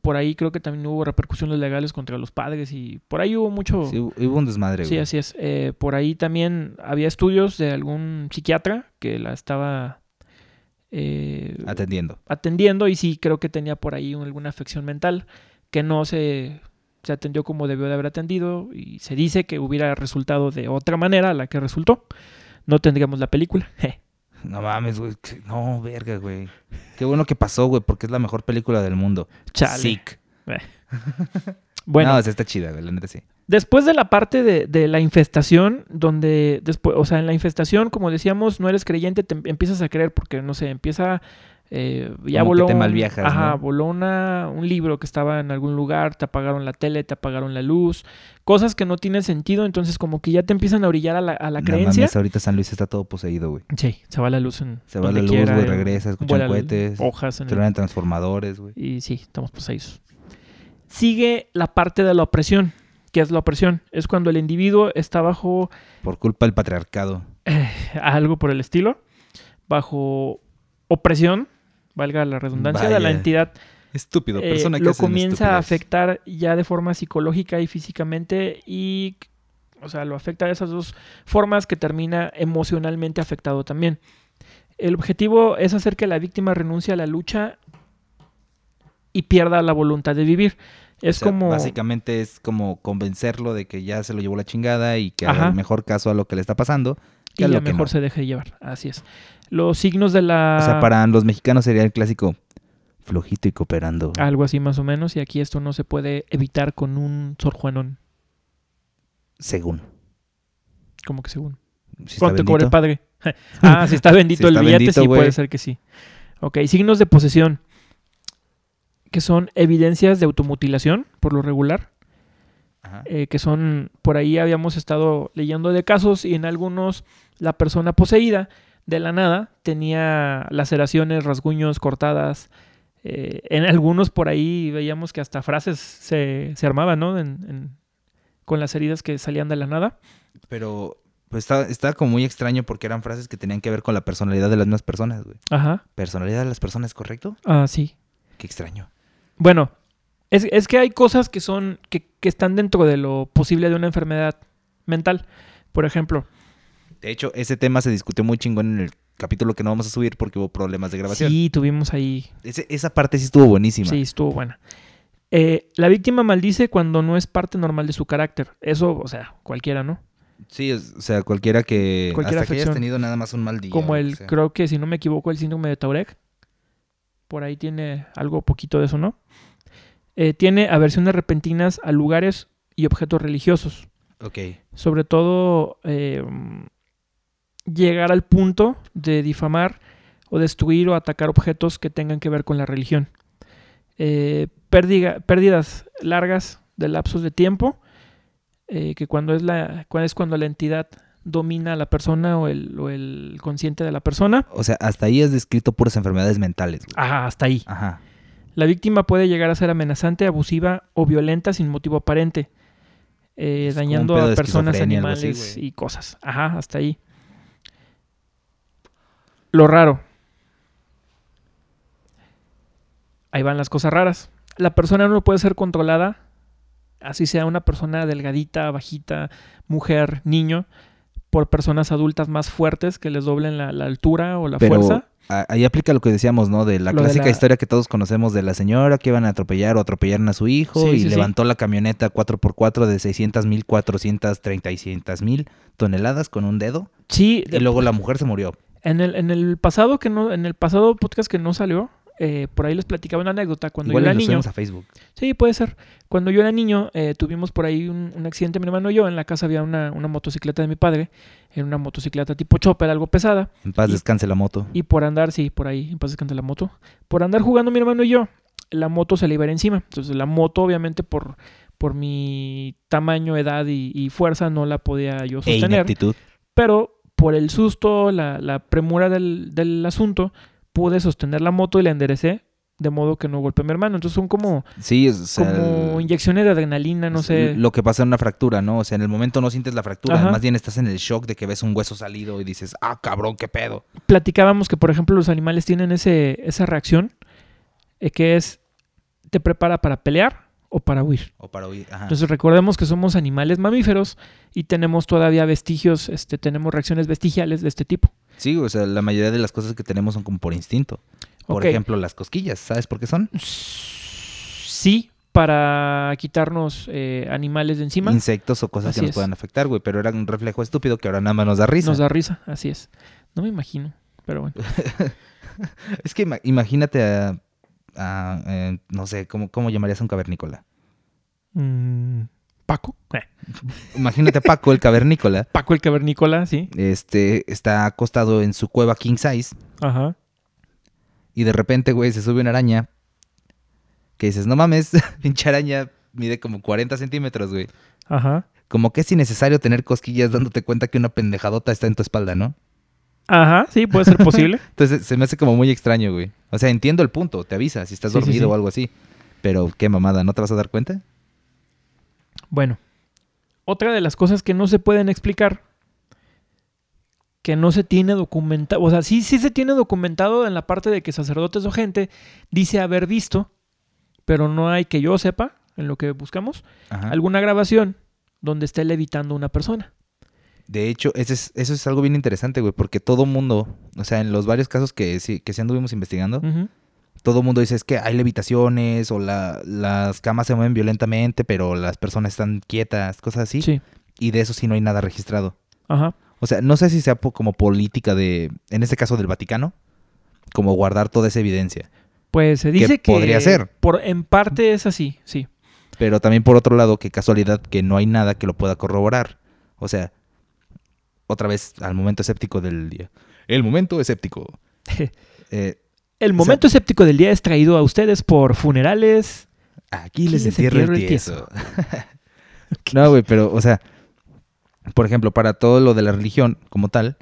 Speaker 1: Por ahí creo que también hubo repercusiones legales contra los padres y por ahí hubo mucho...
Speaker 2: Sí, hu- hubo un desmadre,
Speaker 1: Sí,
Speaker 2: güey.
Speaker 1: así es. Eh, por ahí también había estudios de algún psiquiatra que la estaba eh,
Speaker 2: Atendiendo.
Speaker 1: atendiendo y sí creo que tenía por ahí un- alguna afección mental que no se, se atendió como debió de haber atendido y se dice que hubiera resultado de otra manera a la que resultó. No tendríamos la película. Je.
Speaker 2: No mames, güey. que- No, verga, güey. Qué bueno que pasó, güey, porque es la mejor película del mundo.
Speaker 1: Chale.
Speaker 2: Sick.
Speaker 1: Bueno,
Speaker 2: No, sí está chida, güey, la neta sí.
Speaker 1: Después de la parte de, de la infestación, donde después, o sea, en la infestación, como decíamos, no eres creyente, te em- empiezas a creer porque, no sé, empieza, eh, ya
Speaker 2: Como que
Speaker 1: voló,
Speaker 2: te
Speaker 1: un-
Speaker 2: malviajas,
Speaker 1: ajá,
Speaker 2: ¿no?
Speaker 1: voló una- un libro que estaba en algún lugar, te apagaron la tele, te apagaron la luz, cosas que no tienen sentido, entonces como que ya te empiezan a orillar a la, a la
Speaker 2: No
Speaker 1: creencia.
Speaker 2: mames, ahorita San Luis está todo poseído, güey.
Speaker 1: sí, se va la luz en
Speaker 2: Se va
Speaker 1: donde
Speaker 2: la luz,
Speaker 1: quiera,
Speaker 2: güey,
Speaker 1: eh,
Speaker 2: regresa, escuchan
Speaker 1: vuelan
Speaker 2: cohetes,
Speaker 1: hojas en el-
Speaker 2: truenan transformadores, güey.
Speaker 1: y sí, estamos poseídos. Sigue la parte de la opresión. ¿Qué es la opresión? Es cuando el individuo está bajo
Speaker 2: Por culpa del patriarcado.
Speaker 1: algo por el estilo, bajo opresión, valga la redundancia, de la
Speaker 2: Vaya.
Speaker 1: entidad,
Speaker 2: Estúpido,
Speaker 1: eh,
Speaker 2: persona que
Speaker 1: lo
Speaker 2: hace una
Speaker 1: comienza a
Speaker 2: estupidez.
Speaker 1: afectar ya de forma psicológica y físicamente y, o sea, lo afecta de esas dos formas que termina emocionalmente afectado también. El objetivo es hacer que la víctima renuncie a la lucha y pierda la voluntad de vivir. Es
Speaker 2: O sea,
Speaker 1: como...
Speaker 2: Básicamente es como convencerlo de que ya se lo llevó la chingada y que haga
Speaker 1: Ajá.
Speaker 2: el mejor caso a lo que le está pasando.
Speaker 1: y
Speaker 2: que a
Speaker 1: a
Speaker 2: lo
Speaker 1: lo
Speaker 2: que
Speaker 1: mejor
Speaker 2: no.
Speaker 1: se deje llevar, así es. Los signos de la...
Speaker 2: O sea, para los mexicanos sería el clásico flojito y cooperando.
Speaker 1: Algo así más o menos, y aquí esto no se puede evitar con un Sor Juanón,
Speaker 2: Según.
Speaker 1: como que según.
Speaker 2: Si está
Speaker 1: Cuando te cobre
Speaker 2: bendito.
Speaker 1: el padre. ah, si está bendito
Speaker 2: Si
Speaker 1: el
Speaker 2: está
Speaker 1: billete,
Speaker 2: bendito,
Speaker 1: sí
Speaker 2: güey.
Speaker 1: puede ser que sí. Ok, signos de posesión, que son evidencias de automutilación, por lo regular,
Speaker 2: Ajá.
Speaker 1: eh, que son, por ahí habíamos estado leyendo de casos y en algunos la persona poseída de la nada tenía laceraciones, rasguños, cortadas. eh, en algunos por ahí veíamos que hasta frases se, se armaban, ¿no? En- en- con las heridas que salían de la nada.
Speaker 2: Pero pues, está, está como muy extraño porque eran frases que tenían que ver con la personalidad de las mismas personas, güey.
Speaker 1: Ajá,
Speaker 2: ¿Personalidad de las personas, correcto?
Speaker 1: ah, sí.
Speaker 2: Qué extraño.
Speaker 1: Bueno, es, es que hay cosas que son, que, que están dentro de lo posible de una enfermedad mental. Por ejemplo,
Speaker 2: De hecho, ese tema se discutió muy chingón en el capítulo que no vamos a subir porque hubo problemas de grabación.
Speaker 1: sí tuvimos ahí
Speaker 2: Ese- esa parte sí estuvo buenísima.
Speaker 1: Sí, estuvo buena. Eh, la víctima maldice cuando no es parte normal de su carácter. Eso, o sea, cualquiera, ¿no?
Speaker 2: Sí, es- o sea, cualquiera que
Speaker 1: Cualquier
Speaker 2: hasta que hayas
Speaker 1: afección.
Speaker 2: tenido nada más un mal día.
Speaker 1: Como
Speaker 2: o
Speaker 1: el,
Speaker 2: sea.
Speaker 1: creo que si no me equivoco, el síndrome de Tourette. Por ahí tiene algo poquito de eso, ¿no? Eh, tiene aversiones repentinas a lugares y objetos religiosos.
Speaker 2: Ok.
Speaker 1: sobre todo eh, llegar al punto de difamar o destruir o atacar objetos que tengan que ver con la religión. Eh, pérdiga- pérdidas largas de lapsos de tiempo, eh, que cuando es, la, cuando es cuando la entidad domina a la persona o el, o el consciente de la persona.
Speaker 2: O sea, hasta ahí has descrito puras enfermedades mentales. güey.
Speaker 1: Ajá, hasta ahí.
Speaker 2: Ajá.
Speaker 1: La víctima puede llegar a ser amenazante, abusiva o violenta sin motivo aparente, eh,
Speaker 2: Es como un
Speaker 1: dañando
Speaker 2: pedo de
Speaker 1: a personas,
Speaker 2: esquizofrenia, algo así,
Speaker 1: animales
Speaker 2: güey.
Speaker 1: y cosas. Ajá, hasta ahí. Lo raro. Ahí van las cosas raras. La persona no puede ser controlada, así sea una persona delgadita, bajita, mujer, niño, por personas adultas más fuertes que les doblen la, la altura o la
Speaker 2: Pero
Speaker 1: fuerza.
Speaker 2: a- ahí aplica lo que decíamos, ¿no? De la
Speaker 1: Lo de
Speaker 2: clásica
Speaker 1: la-
Speaker 2: historia que todos conocemos de la señora que iban a atropellar o atropellaron a su hijo
Speaker 1: Sí,
Speaker 2: y
Speaker 1: sí, sí.
Speaker 2: levantó la camioneta 4x4 de 600 mil, 430 y 600 mil toneladas con un dedo
Speaker 1: Sí,
Speaker 2: y luego la mujer se murió.
Speaker 1: En el, en el pasado que no, en el pasado podcast que no salió, eh, por ahí les platicaba una anécdota. Cuando
Speaker 2: Igual
Speaker 1: yo
Speaker 2: y
Speaker 1: era
Speaker 2: lo
Speaker 1: niño.
Speaker 2: subimos a Facebook.
Speaker 1: Sí, puede ser. Cuando yo era niño, eh, tuvimos por ahí un, un accidente, mi hermano y yo. En la casa había una, una motocicleta de mi padre. Era una motocicleta tipo chopper, algo pesada.
Speaker 2: En paz
Speaker 1: Y-
Speaker 2: descanse la moto.
Speaker 1: Y por andar, sí, por ahí, en paz descanse la moto. Por andar jugando mi hermano y yo, la moto se le iba a ir encima. Entonces la moto, obviamente, por, por mi tamaño, edad y, y fuerza, no la podía yo
Speaker 2: E
Speaker 1: sostener.
Speaker 2: ineptitud.
Speaker 1: pero por el susto, la, la premura del, del asunto, pude sostener la moto y la enderecé de modo que no golpeé a mi hermano. Entonces son como,
Speaker 2: Sí, o sea,
Speaker 1: como
Speaker 2: el- pues,
Speaker 1: inyecciones de adrenalina, no sé.
Speaker 2: Lo que pasa en una fractura, ¿no? O sea, en el momento no sientes la fractura,
Speaker 1: Ajá.
Speaker 2: más bien estás en el shock de que ves un hueso salido y dices, ah, cabrón, qué pedo.
Speaker 1: Platicábamos que, por ejemplo, los animales tienen ese, esa reacción eh, que es, te prepara para pelear o para huir.
Speaker 2: O para oír. Ajá.
Speaker 1: Entonces recordemos que somos animales mamíferos y tenemos todavía vestigios, este, tenemos reacciones vestigiales de este tipo.
Speaker 2: sí, o sea, la mayoría de las cosas que tenemos son como por instinto. Por
Speaker 1: Ok.
Speaker 2: ejemplo, las cosquillas, ¿sabes por qué son?
Speaker 1: Sí, para quitarnos eh, animales de encima.
Speaker 2: Insectos o cosas
Speaker 1: Así
Speaker 2: que nos
Speaker 1: es.
Speaker 2: puedan afectar, güey, pero era un reflejo estúpido que ahora nada más nos da risa.
Speaker 1: Nos da risa, así es. No me imagino, pero bueno.
Speaker 2: Es que ima- imagínate a, a, eh, no sé, ¿cómo, ¿cómo llamarías a un cavernícola?
Speaker 1: Mm, Paco. Eh,
Speaker 2: Imagínate a Paco, el cavernícola,
Speaker 1: Paco el cavernícola, sí.
Speaker 2: este, está acostado en su cueva king size
Speaker 1: Ajá.
Speaker 2: Y de repente, güey, se sube una araña. Que dices, no mames, pinche araña mide como 40 centímetros, güey.
Speaker 1: Ajá.
Speaker 2: Como que es innecesario tener cosquillas dándote cuenta que una pendejadota está en tu espalda, ¿no?
Speaker 1: Ajá, sí, puede ser posible.
Speaker 2: Entonces se me hace como muy extraño, güey. O sea, entiendo el punto, te avisa si estás
Speaker 1: Sí, sí,
Speaker 2: dormido
Speaker 1: sí.
Speaker 2: o algo así. Pero qué mamada, ¿no te vas a dar cuenta?
Speaker 1: bueno, otra de las cosas que no se pueden explicar, que no se tiene documentado, o sea, sí, sí se tiene documentado en la parte de que sacerdotes o gente dice haber visto, pero no hay que yo sepa, en lo que buscamos,
Speaker 2: Ajá.
Speaker 1: alguna grabación donde esté levitando una persona.
Speaker 2: De hecho, ese es- eso es algo bien interesante, güey, porque todo mundo, o sea, en los varios casos que sí, que sí anduvimos investigando,
Speaker 1: Ujú.
Speaker 2: todo mundo dice es que hay levitaciones o la- las camas se mueven violentamente, pero las personas están quietas, cosas así.
Speaker 1: Sí.
Speaker 2: y de eso sí no hay nada registrado.
Speaker 1: Ajá.
Speaker 2: O sea, no sé si sea po- como política de, en este caso del Vaticano, como guardar toda esa evidencia.
Speaker 1: Pues se dice que
Speaker 2: podría ser.
Speaker 1: Por, en parte es así, sí.
Speaker 2: Pero también por otro lado, qué casualidad que no hay nada que lo pueda corroborar. O sea, otra vez al momento escéptico del día. El momento escéptico. Eh,
Speaker 1: El momento escéptico del día es traído a ustedes por funerales.
Speaker 2: aquí les entierro el tieso. No, güey, pero, o sea, por ejemplo, para todo lo de la religión como tal,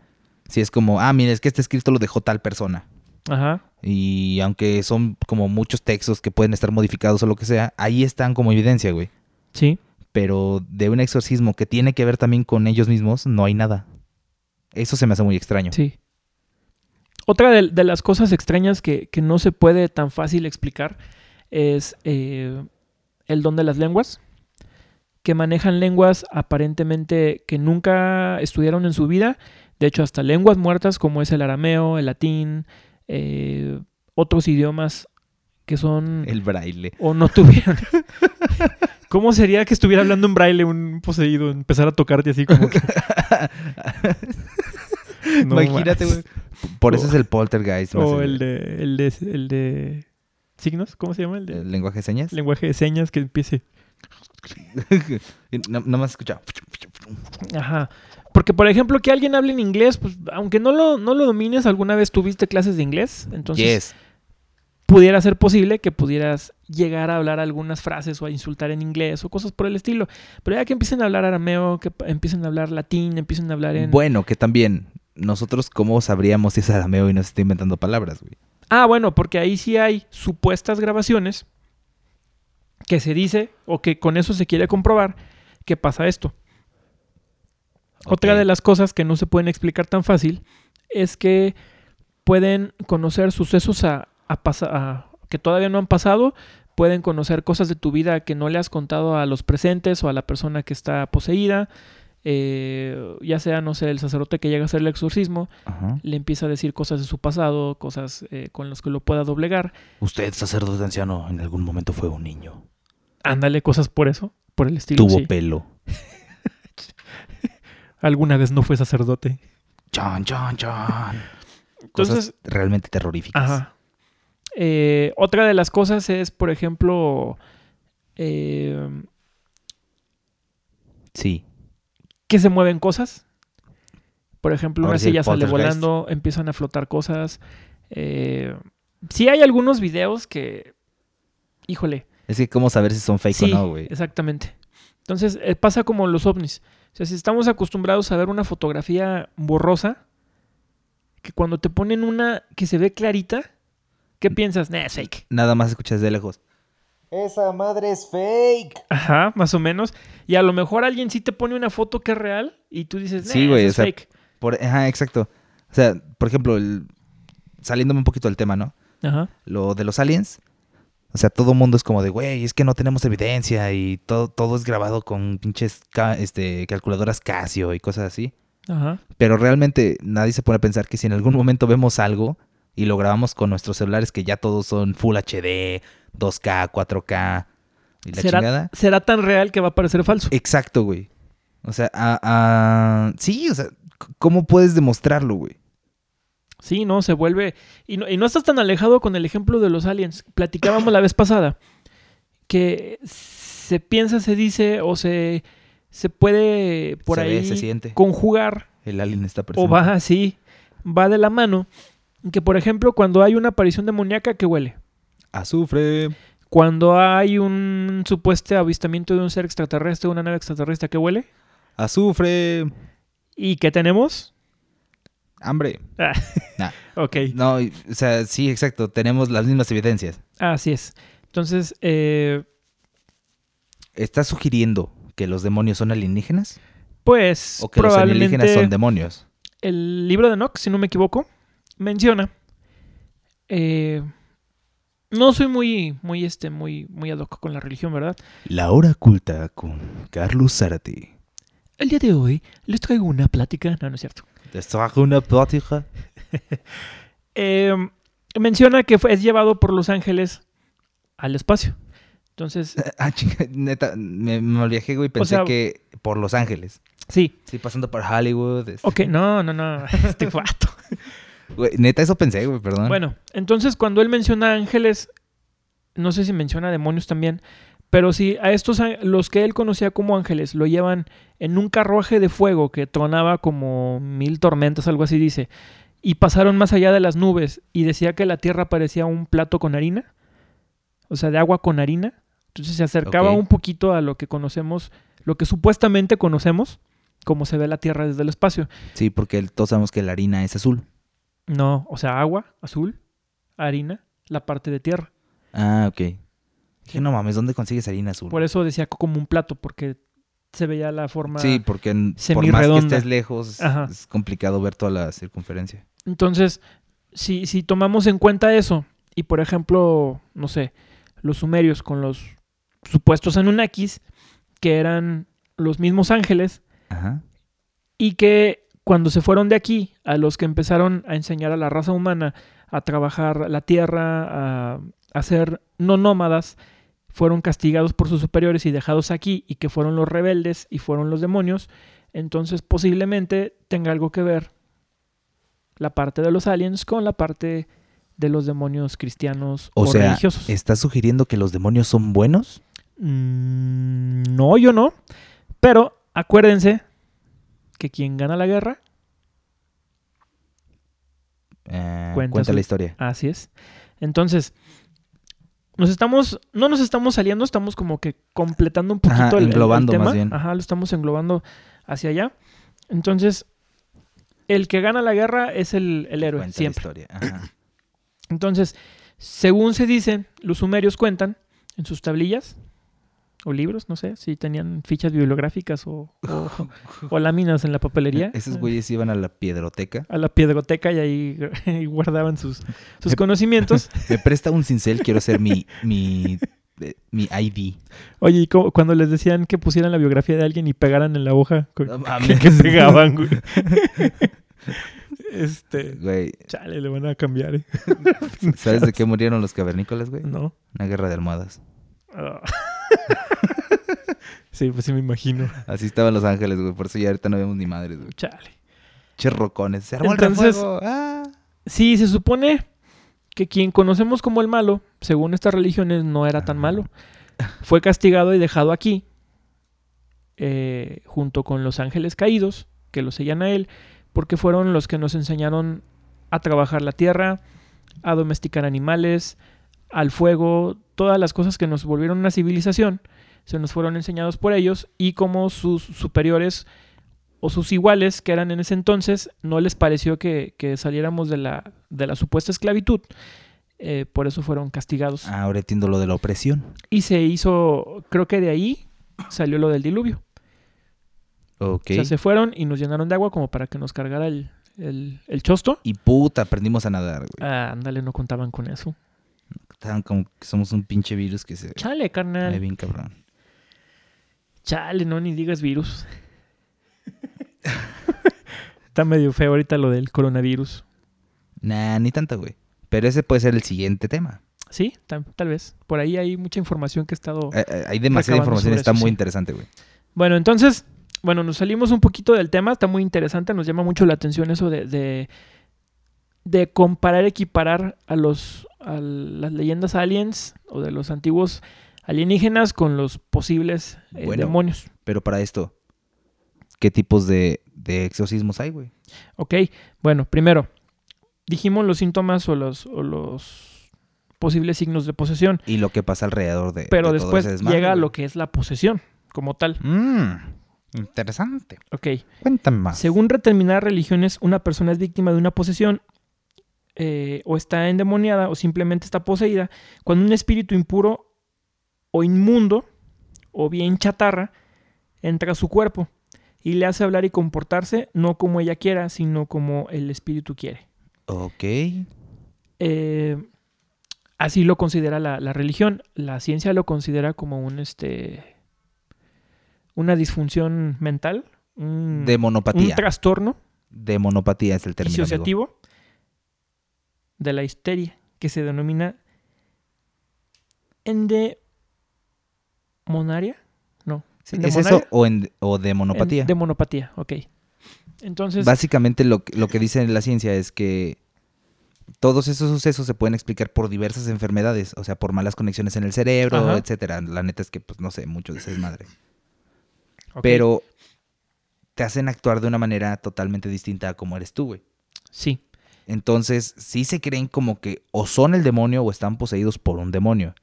Speaker 2: si es como, ah, mira, es que este escrito lo dejó tal persona.
Speaker 1: Ajá.
Speaker 2: Y aunque son como muchos textos que pueden estar modificados o lo que sea, ahí están como evidencia, güey.
Speaker 1: Sí.
Speaker 2: Pero de un exorcismo que tiene que ver también con ellos mismos, no hay nada. Eso se me hace muy extraño.
Speaker 1: Sí. Otra de, de las cosas extrañas que, que no se puede tan fácil explicar es eh, el don de las lenguas, que manejan lenguas aparentemente que nunca estudiaron en su vida, de hecho hasta lenguas muertas como es el arameo, el latín, eh, otros idiomas que son...
Speaker 2: El braille.
Speaker 1: o no tuvieron. ¿Cómo sería que estuviera hablando en braille un poseído, empezar a tocarte así como que... No
Speaker 2: Imagínate,
Speaker 1: mames.
Speaker 2: güey. Por eso es el poltergeist. más
Speaker 1: O el
Speaker 2: el-
Speaker 1: de, el de, el de signos, ¿cómo se llama? El de
Speaker 2: el lenguaje de señas.
Speaker 1: lenguaje de señas que empiece.
Speaker 2: Y no, más escucha.
Speaker 1: Ajá. Porque, por ejemplo, que alguien hable en inglés, pues, aunque no lo, no lo domines, alguna vez tuviste clases de inglés, entonces
Speaker 2: Yes.
Speaker 1: pudiera ser posible que pudieras llegar a hablar algunas frases o a insultar en inglés o cosas por el estilo. Pero ya que empiecen a hablar arameo, que pa- empiecen a hablar latín, empiecen a hablar en...
Speaker 2: Bueno, que también. Nosotros, ¿cómo sabríamos si es arameo y nos está inventando palabras, güey?
Speaker 1: Ah, bueno, porque ahí sí hay supuestas grabaciones que se dice o que con eso se quiere comprobar que pasa esto. Otra
Speaker 2: Ok.
Speaker 1: de las cosas que no se pueden explicar tan fácil es que pueden conocer sucesos a, a pasa- a- que todavía no han pasado, pueden conocer cosas de tu vida que no le has contado a los presentes o a la persona que está poseída, eh, ya sea, no sé, el sacerdote que llega a hacer el exorcismo,
Speaker 2: Ajá.
Speaker 1: le empieza a decir cosas de su pasado, cosas eh, con las que lo pueda doblegar,
Speaker 2: Usted, sacerdote anciano, en algún momento fue un niño.
Speaker 1: ándale cosas por eso, por el estilo.
Speaker 2: Tuvo
Speaker 1: sí.
Speaker 2: pelo.
Speaker 1: Alguna vez no fue sacerdote.
Speaker 2: Chan, chan, chan.
Speaker 1: Entonces,
Speaker 2: Cosas realmente terroríficas.
Speaker 1: Ajá. Eh, otra de las cosas es, por ejemplo, eh,
Speaker 2: Sí.
Speaker 1: que se mueven cosas. Por ejemplo,
Speaker 2: Ahora
Speaker 1: una
Speaker 2: sí, el
Speaker 1: silla sale
Speaker 2: poltergeist.
Speaker 1: volando, empiezan a flotar cosas. Eh, sí hay algunos videos que, híjole,
Speaker 2: Es que cómo saber si son fake
Speaker 1: sí,
Speaker 2: o no, güey.
Speaker 1: exactamente. Entonces eh, pasa como los ovnis. O sea, si estamos acostumbrados a ver una fotografía borrosa, que cuando te ponen una que se ve clarita, ¿qué piensas? Nah, es fake.
Speaker 2: Nada más escuchas de lejos.
Speaker 4: Esa madre es fake.
Speaker 1: Ajá, más o menos. Y a lo mejor alguien sí te pone una foto que es real y tú dices, nah,
Speaker 2: Sí, güey,
Speaker 1: esa
Speaker 2: o sea,
Speaker 1: es fake.
Speaker 2: Por, ajá, exacto. O sea, por ejemplo, el- saliéndome un poquito del tema, ¿no?
Speaker 1: Ajá.
Speaker 2: Lo de los aliens. O sea, todo mundo es como de, güey, es que no tenemos evidencia y todo, todo es grabado con pinches ca- este, calculadoras Casio y cosas así.
Speaker 1: Ajá.
Speaker 2: Pero realmente nadie se pone a pensar que si en algún momento vemos algo y lo grabamos con nuestros celulares que ya todos son Full HD, 2K, 4K y la
Speaker 1: ¿Será,
Speaker 2: chingada.
Speaker 1: será tan real que va a parecer falso.
Speaker 2: Exacto, güey. O sea, a- a- sí, o sea, c- ¿cómo puedes demostrarlo, güey?
Speaker 1: Sí, no, se vuelve. Y no, y no estás tan alejado con el ejemplo de los aliens. Platicábamos la vez pasada que se piensa, se dice o se, se puede por
Speaker 2: Se ve,
Speaker 1: ahí
Speaker 2: se siente.
Speaker 1: conjugar
Speaker 2: El alien está
Speaker 1: o
Speaker 2: presente.
Speaker 1: va así, va de la mano. Que por ejemplo, cuando hay una aparición demoníaca que huele,
Speaker 2: Azufre.
Speaker 1: cuando hay un supuesto avistamiento de un ser extraterrestre, una nave extraterrestre que huele,
Speaker 2: Azufre.
Speaker 1: ¿y qué tenemos?
Speaker 2: Hambre.
Speaker 1: Ah,
Speaker 2: Nah.
Speaker 1: ok.
Speaker 2: No, y- o sea, sí, exacto. Tenemos las mismas evidencias.
Speaker 1: Así es. Entonces, eh,
Speaker 2: ¿Estás sugiriendo que los demonios son alienígenas?
Speaker 1: pues
Speaker 2: ¿O que los alienígenas son demonios?
Speaker 1: el libro de Nox, si no me equivoco, menciona. eh, no soy muy, muy, este, muy, muy ad hoc con la religión, ¿verdad?
Speaker 2: La hora culta con Carlos Zárate.
Speaker 1: El día de hoy les traigo una plática. No, no es cierto.
Speaker 2: Te traje una plática.
Speaker 1: Eh, menciona que fue- es llevado por los ángeles al espacio. Entonces,
Speaker 2: Ah, chinga, neta, me me malviajé, güey. Pensé
Speaker 1: sea-
Speaker 2: que por Los Ángeles.
Speaker 1: sí.
Speaker 2: Sí, pasando por Hollywood. este,
Speaker 1: Ok, no, no, no. Este vato.
Speaker 2: güey, neta, eso pensé, güey, perdón.
Speaker 1: Bueno, entonces cuando él menciona ángeles, no sé si menciona demonios también, pero si a estos, á- los que él conocía como ángeles, lo llevan en un carruaje de fuego que tronaba como mil tormentas, algo así dice, y pasaron más allá de las nubes y decía que la tierra parecía un plato con harina, o sea, de agua con harina, entonces se acercaba
Speaker 2: Ok.
Speaker 1: un poquito a lo que conocemos, lo que supuestamente conocemos, como se ve la tierra desde el espacio.
Speaker 2: Sí, porque el- todos sabemos que la harina es azul.
Speaker 1: No, o sea, agua, azul, harina, la parte de tierra.
Speaker 2: Ah, ok. Dije, no mames, ¿dónde consigues harina azul?
Speaker 1: Por eso decía como un plato, porque se veía la forma.
Speaker 2: Sí, porque en- por más que
Speaker 1: semirredonda.
Speaker 2: estés lejos,
Speaker 1: Ajá.
Speaker 2: es complicado ver toda la circunferencia.
Speaker 1: Entonces, si, si tomamos en cuenta eso, y por ejemplo, no sé, los sumerios con los supuestos Anunnakis, que eran los mismos ángeles,
Speaker 2: Ajá.
Speaker 1: y que cuando se fueron de aquí, a los que empezaron a enseñar a la raza humana a trabajar la tierra, a, a ser no nómadas, fueron castigados por sus superiores y dejados aquí, y que fueron los rebeldes y fueron los demonios, entonces posiblemente tenga algo que ver la parte de los aliens con la parte de los demonios cristianos o,
Speaker 2: O sea,
Speaker 1: religiosos.
Speaker 2: ¿estás sugiriendo que los demonios son buenos?
Speaker 1: Mm, no, yo no. Pero acuérdense que quien gana la guerra
Speaker 2: Eh,
Speaker 1: Cuenta
Speaker 2: cuenta
Speaker 1: su-
Speaker 2: la historia.
Speaker 1: Así es. Entonces, nos estamos, no nos estamos saliendo, estamos como que completando un poquito
Speaker 2: Ajá,
Speaker 1: el- el, el
Speaker 2: englobando
Speaker 1: tema.
Speaker 2: más bien.
Speaker 1: Ajá, lo estamos englobando hacia allá. Entonces, el que gana la guerra es el, el héroe,
Speaker 2: Cuenta
Speaker 1: siempre.
Speaker 2: la historia. Ajá.
Speaker 1: Entonces, según se dice, los sumerios cuentan en sus tablillas o libros, no sé, si tenían fichas bibliográficas o, o- o láminas en la papelería.
Speaker 2: Esos güeyes iban a la piedroteca.
Speaker 1: A la piedroteca y ahí y guardaban sus, sus conocimientos.
Speaker 2: Me presta un cincel, quiero hacer mi, mi, eh, mi ID.
Speaker 1: Oye, y cómo- cuando les decían que pusieran la biografía de alguien y pegaran en la hoja, co- que,
Speaker 2: No mames.
Speaker 1: que pegaban, güey. este,
Speaker 2: Güey,
Speaker 1: chale, le van a cambiar, ¿eh?
Speaker 2: ¿sabes de qué murieron los cavernícolas, güey?
Speaker 1: No.
Speaker 2: Una guerra de almohadas.
Speaker 1: Ah. sí, pues sí me imagino.
Speaker 2: Así estaban Los Ángeles, güey. Por eso ya ahorita no vemos ni madres, güey.
Speaker 1: Chale.
Speaker 2: Cherrocones. Se armó
Speaker 1: Entonces-
Speaker 2: el refuego. ¡Ah!
Speaker 1: Sí, se supone que quien conocemos como el malo, según estas religiones, no era tan malo. Fue castigado y dejado aquí, eh, junto con los ángeles caídos, que lo sellan a él, porque fueron los que nos enseñaron a trabajar la tierra, a domesticar animales, al fuego, todas las cosas que nos volvieron una civilización. se nos fueron enseñados por ellos y como sus superiores o sus iguales que eran en ese entonces no les pareció que, que saliéramos de la, de la supuesta esclavitud. eh, por eso fueron castigados.
Speaker 2: Ah, Ahora entiendo lo de la opresión.
Speaker 1: Y se hizo, creo que de ahí salió lo del diluvio.
Speaker 2: Ok.
Speaker 1: O sea, se fueron y nos llenaron de agua como para que nos cargara el, el, el chosto.
Speaker 2: Y puta, aprendimos a nadar, güey.
Speaker 1: Ah, ándale, no contaban con eso.
Speaker 2: Estaban como que somos un pinche virus que se
Speaker 1: Chale,
Speaker 2: ve
Speaker 1: carnal.
Speaker 2: bien cabrón.
Speaker 1: Chale, no ni digas virus. Está medio feo ahorita lo del coronavirus.
Speaker 2: Nah, ni tanto, güey. Pero ese puede ser el siguiente tema.
Speaker 1: Sí, tal, tal vez. Por ahí hay mucha información que he estado...
Speaker 2: Eh, eh, Hay demasiada
Speaker 1: Recabando
Speaker 2: información,
Speaker 1: sobre
Speaker 2: está
Speaker 1: eso,
Speaker 2: muy
Speaker 1: sí.
Speaker 2: interesante, güey.
Speaker 1: Bueno, entonces, bueno, nos salimos un poquito del tema, está muy interesante, nos llama mucho la atención eso de, de, de comparar, equiparar a, los, a las leyendas aliens o de los antiguos alienígenas con los posibles eh,
Speaker 2: Bueno.
Speaker 1: demonios.
Speaker 2: Pero para esto, ¿qué tipos de, de exorcismos hay, güey?
Speaker 1: Ok, bueno, primero, dijimos los síntomas o los, o los posibles signos de posesión,
Speaker 2: Y lo que pasa alrededor de.
Speaker 1: pero
Speaker 2: de todo
Speaker 1: después
Speaker 2: ese desmadre,
Speaker 1: llega
Speaker 2: güey.
Speaker 1: lo que es la posesión como tal.
Speaker 2: Mm, interesante.
Speaker 1: Ok.
Speaker 2: Cuéntame más.
Speaker 1: Según determinadas religiones, una persona es víctima de una posesión eh, o está endemoniada o simplemente está poseída cuando un espíritu impuro o inmundo o bien chatarra entra a su cuerpo y le hace hablar y comportarse no como ella quiera, sino como el espíritu quiere.
Speaker 2: Ok.
Speaker 1: Eh, así lo considera la, la religión. La ciencia lo considera como un este una disfunción mental, un,
Speaker 2: De
Speaker 1: Mm, un
Speaker 2: monopatía.
Speaker 1: trastorno
Speaker 2: De monopatía es el término. amigo.
Speaker 1: disociativo de la histeria, que se denomina endemonaria. No,
Speaker 2: Sí, ¿Es
Speaker 1: endemonaria,
Speaker 2: eso o, en- o de
Speaker 1: en-
Speaker 2: monopatía?
Speaker 1: de monopatía, ok. Entonces,
Speaker 2: Básicamente lo, que- lo que dice la ciencia es que todos esos sucesos se pueden explicar por diversas enfermedades, o sea, por malas conexiones en el cerebro,
Speaker 1: Ajá.
Speaker 2: etcétera. La neta es que, pues, no sé, mucho de esas madres.
Speaker 1: ok,
Speaker 2: Pero te hacen actuar de una manera totalmente distinta a como eres tú, güey.
Speaker 1: sí,
Speaker 2: Entonces, sí se creen como que o son el demonio o están poseídos por un demonio.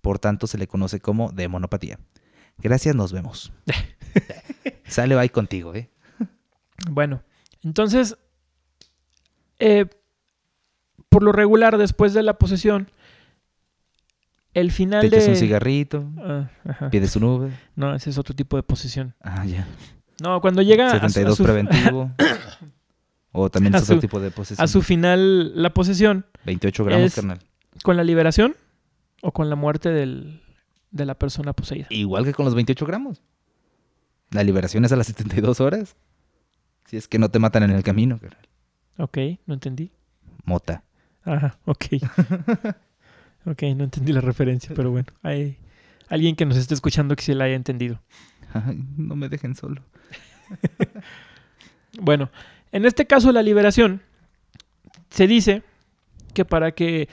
Speaker 2: Por tanto, se le conoce como demonopatía. Gracias, nos vemos. Sale, bye contigo, ¿eh?
Speaker 1: bueno. Entonces, eh, por lo regular, después de la posesión, el final
Speaker 2: Te
Speaker 1: de...
Speaker 2: echas un cigarrito,
Speaker 1: Ah, ajá.
Speaker 2: pides un Uber.
Speaker 1: No, ese es otro tipo de posesión.
Speaker 2: Ah, ya.
Speaker 1: No, cuando llega a su- a
Speaker 2: 72
Speaker 1: su-
Speaker 2: preventivo. o también
Speaker 1: A
Speaker 2: es otro
Speaker 1: su-
Speaker 2: tipo de posesión.
Speaker 1: a su final la posesión,
Speaker 2: 28 gramos,
Speaker 1: es-
Speaker 2: carnal.
Speaker 1: ¿Con la liberación o con la muerte del- de la persona poseída?
Speaker 2: Igual que con los 28 gramos. La liberación es a las 72 horas. Si es que no te matan en el camino, carnal.
Speaker 1: Ok, no entendí.
Speaker 2: Mota.
Speaker 1: Ajá, ok. ok, no entendí la referencia, pero bueno, hay alguien que nos esté escuchando que sí la haya entendido.
Speaker 2: Ay, no me dejen solo.
Speaker 1: Bueno, en este caso la liberación se dice que para que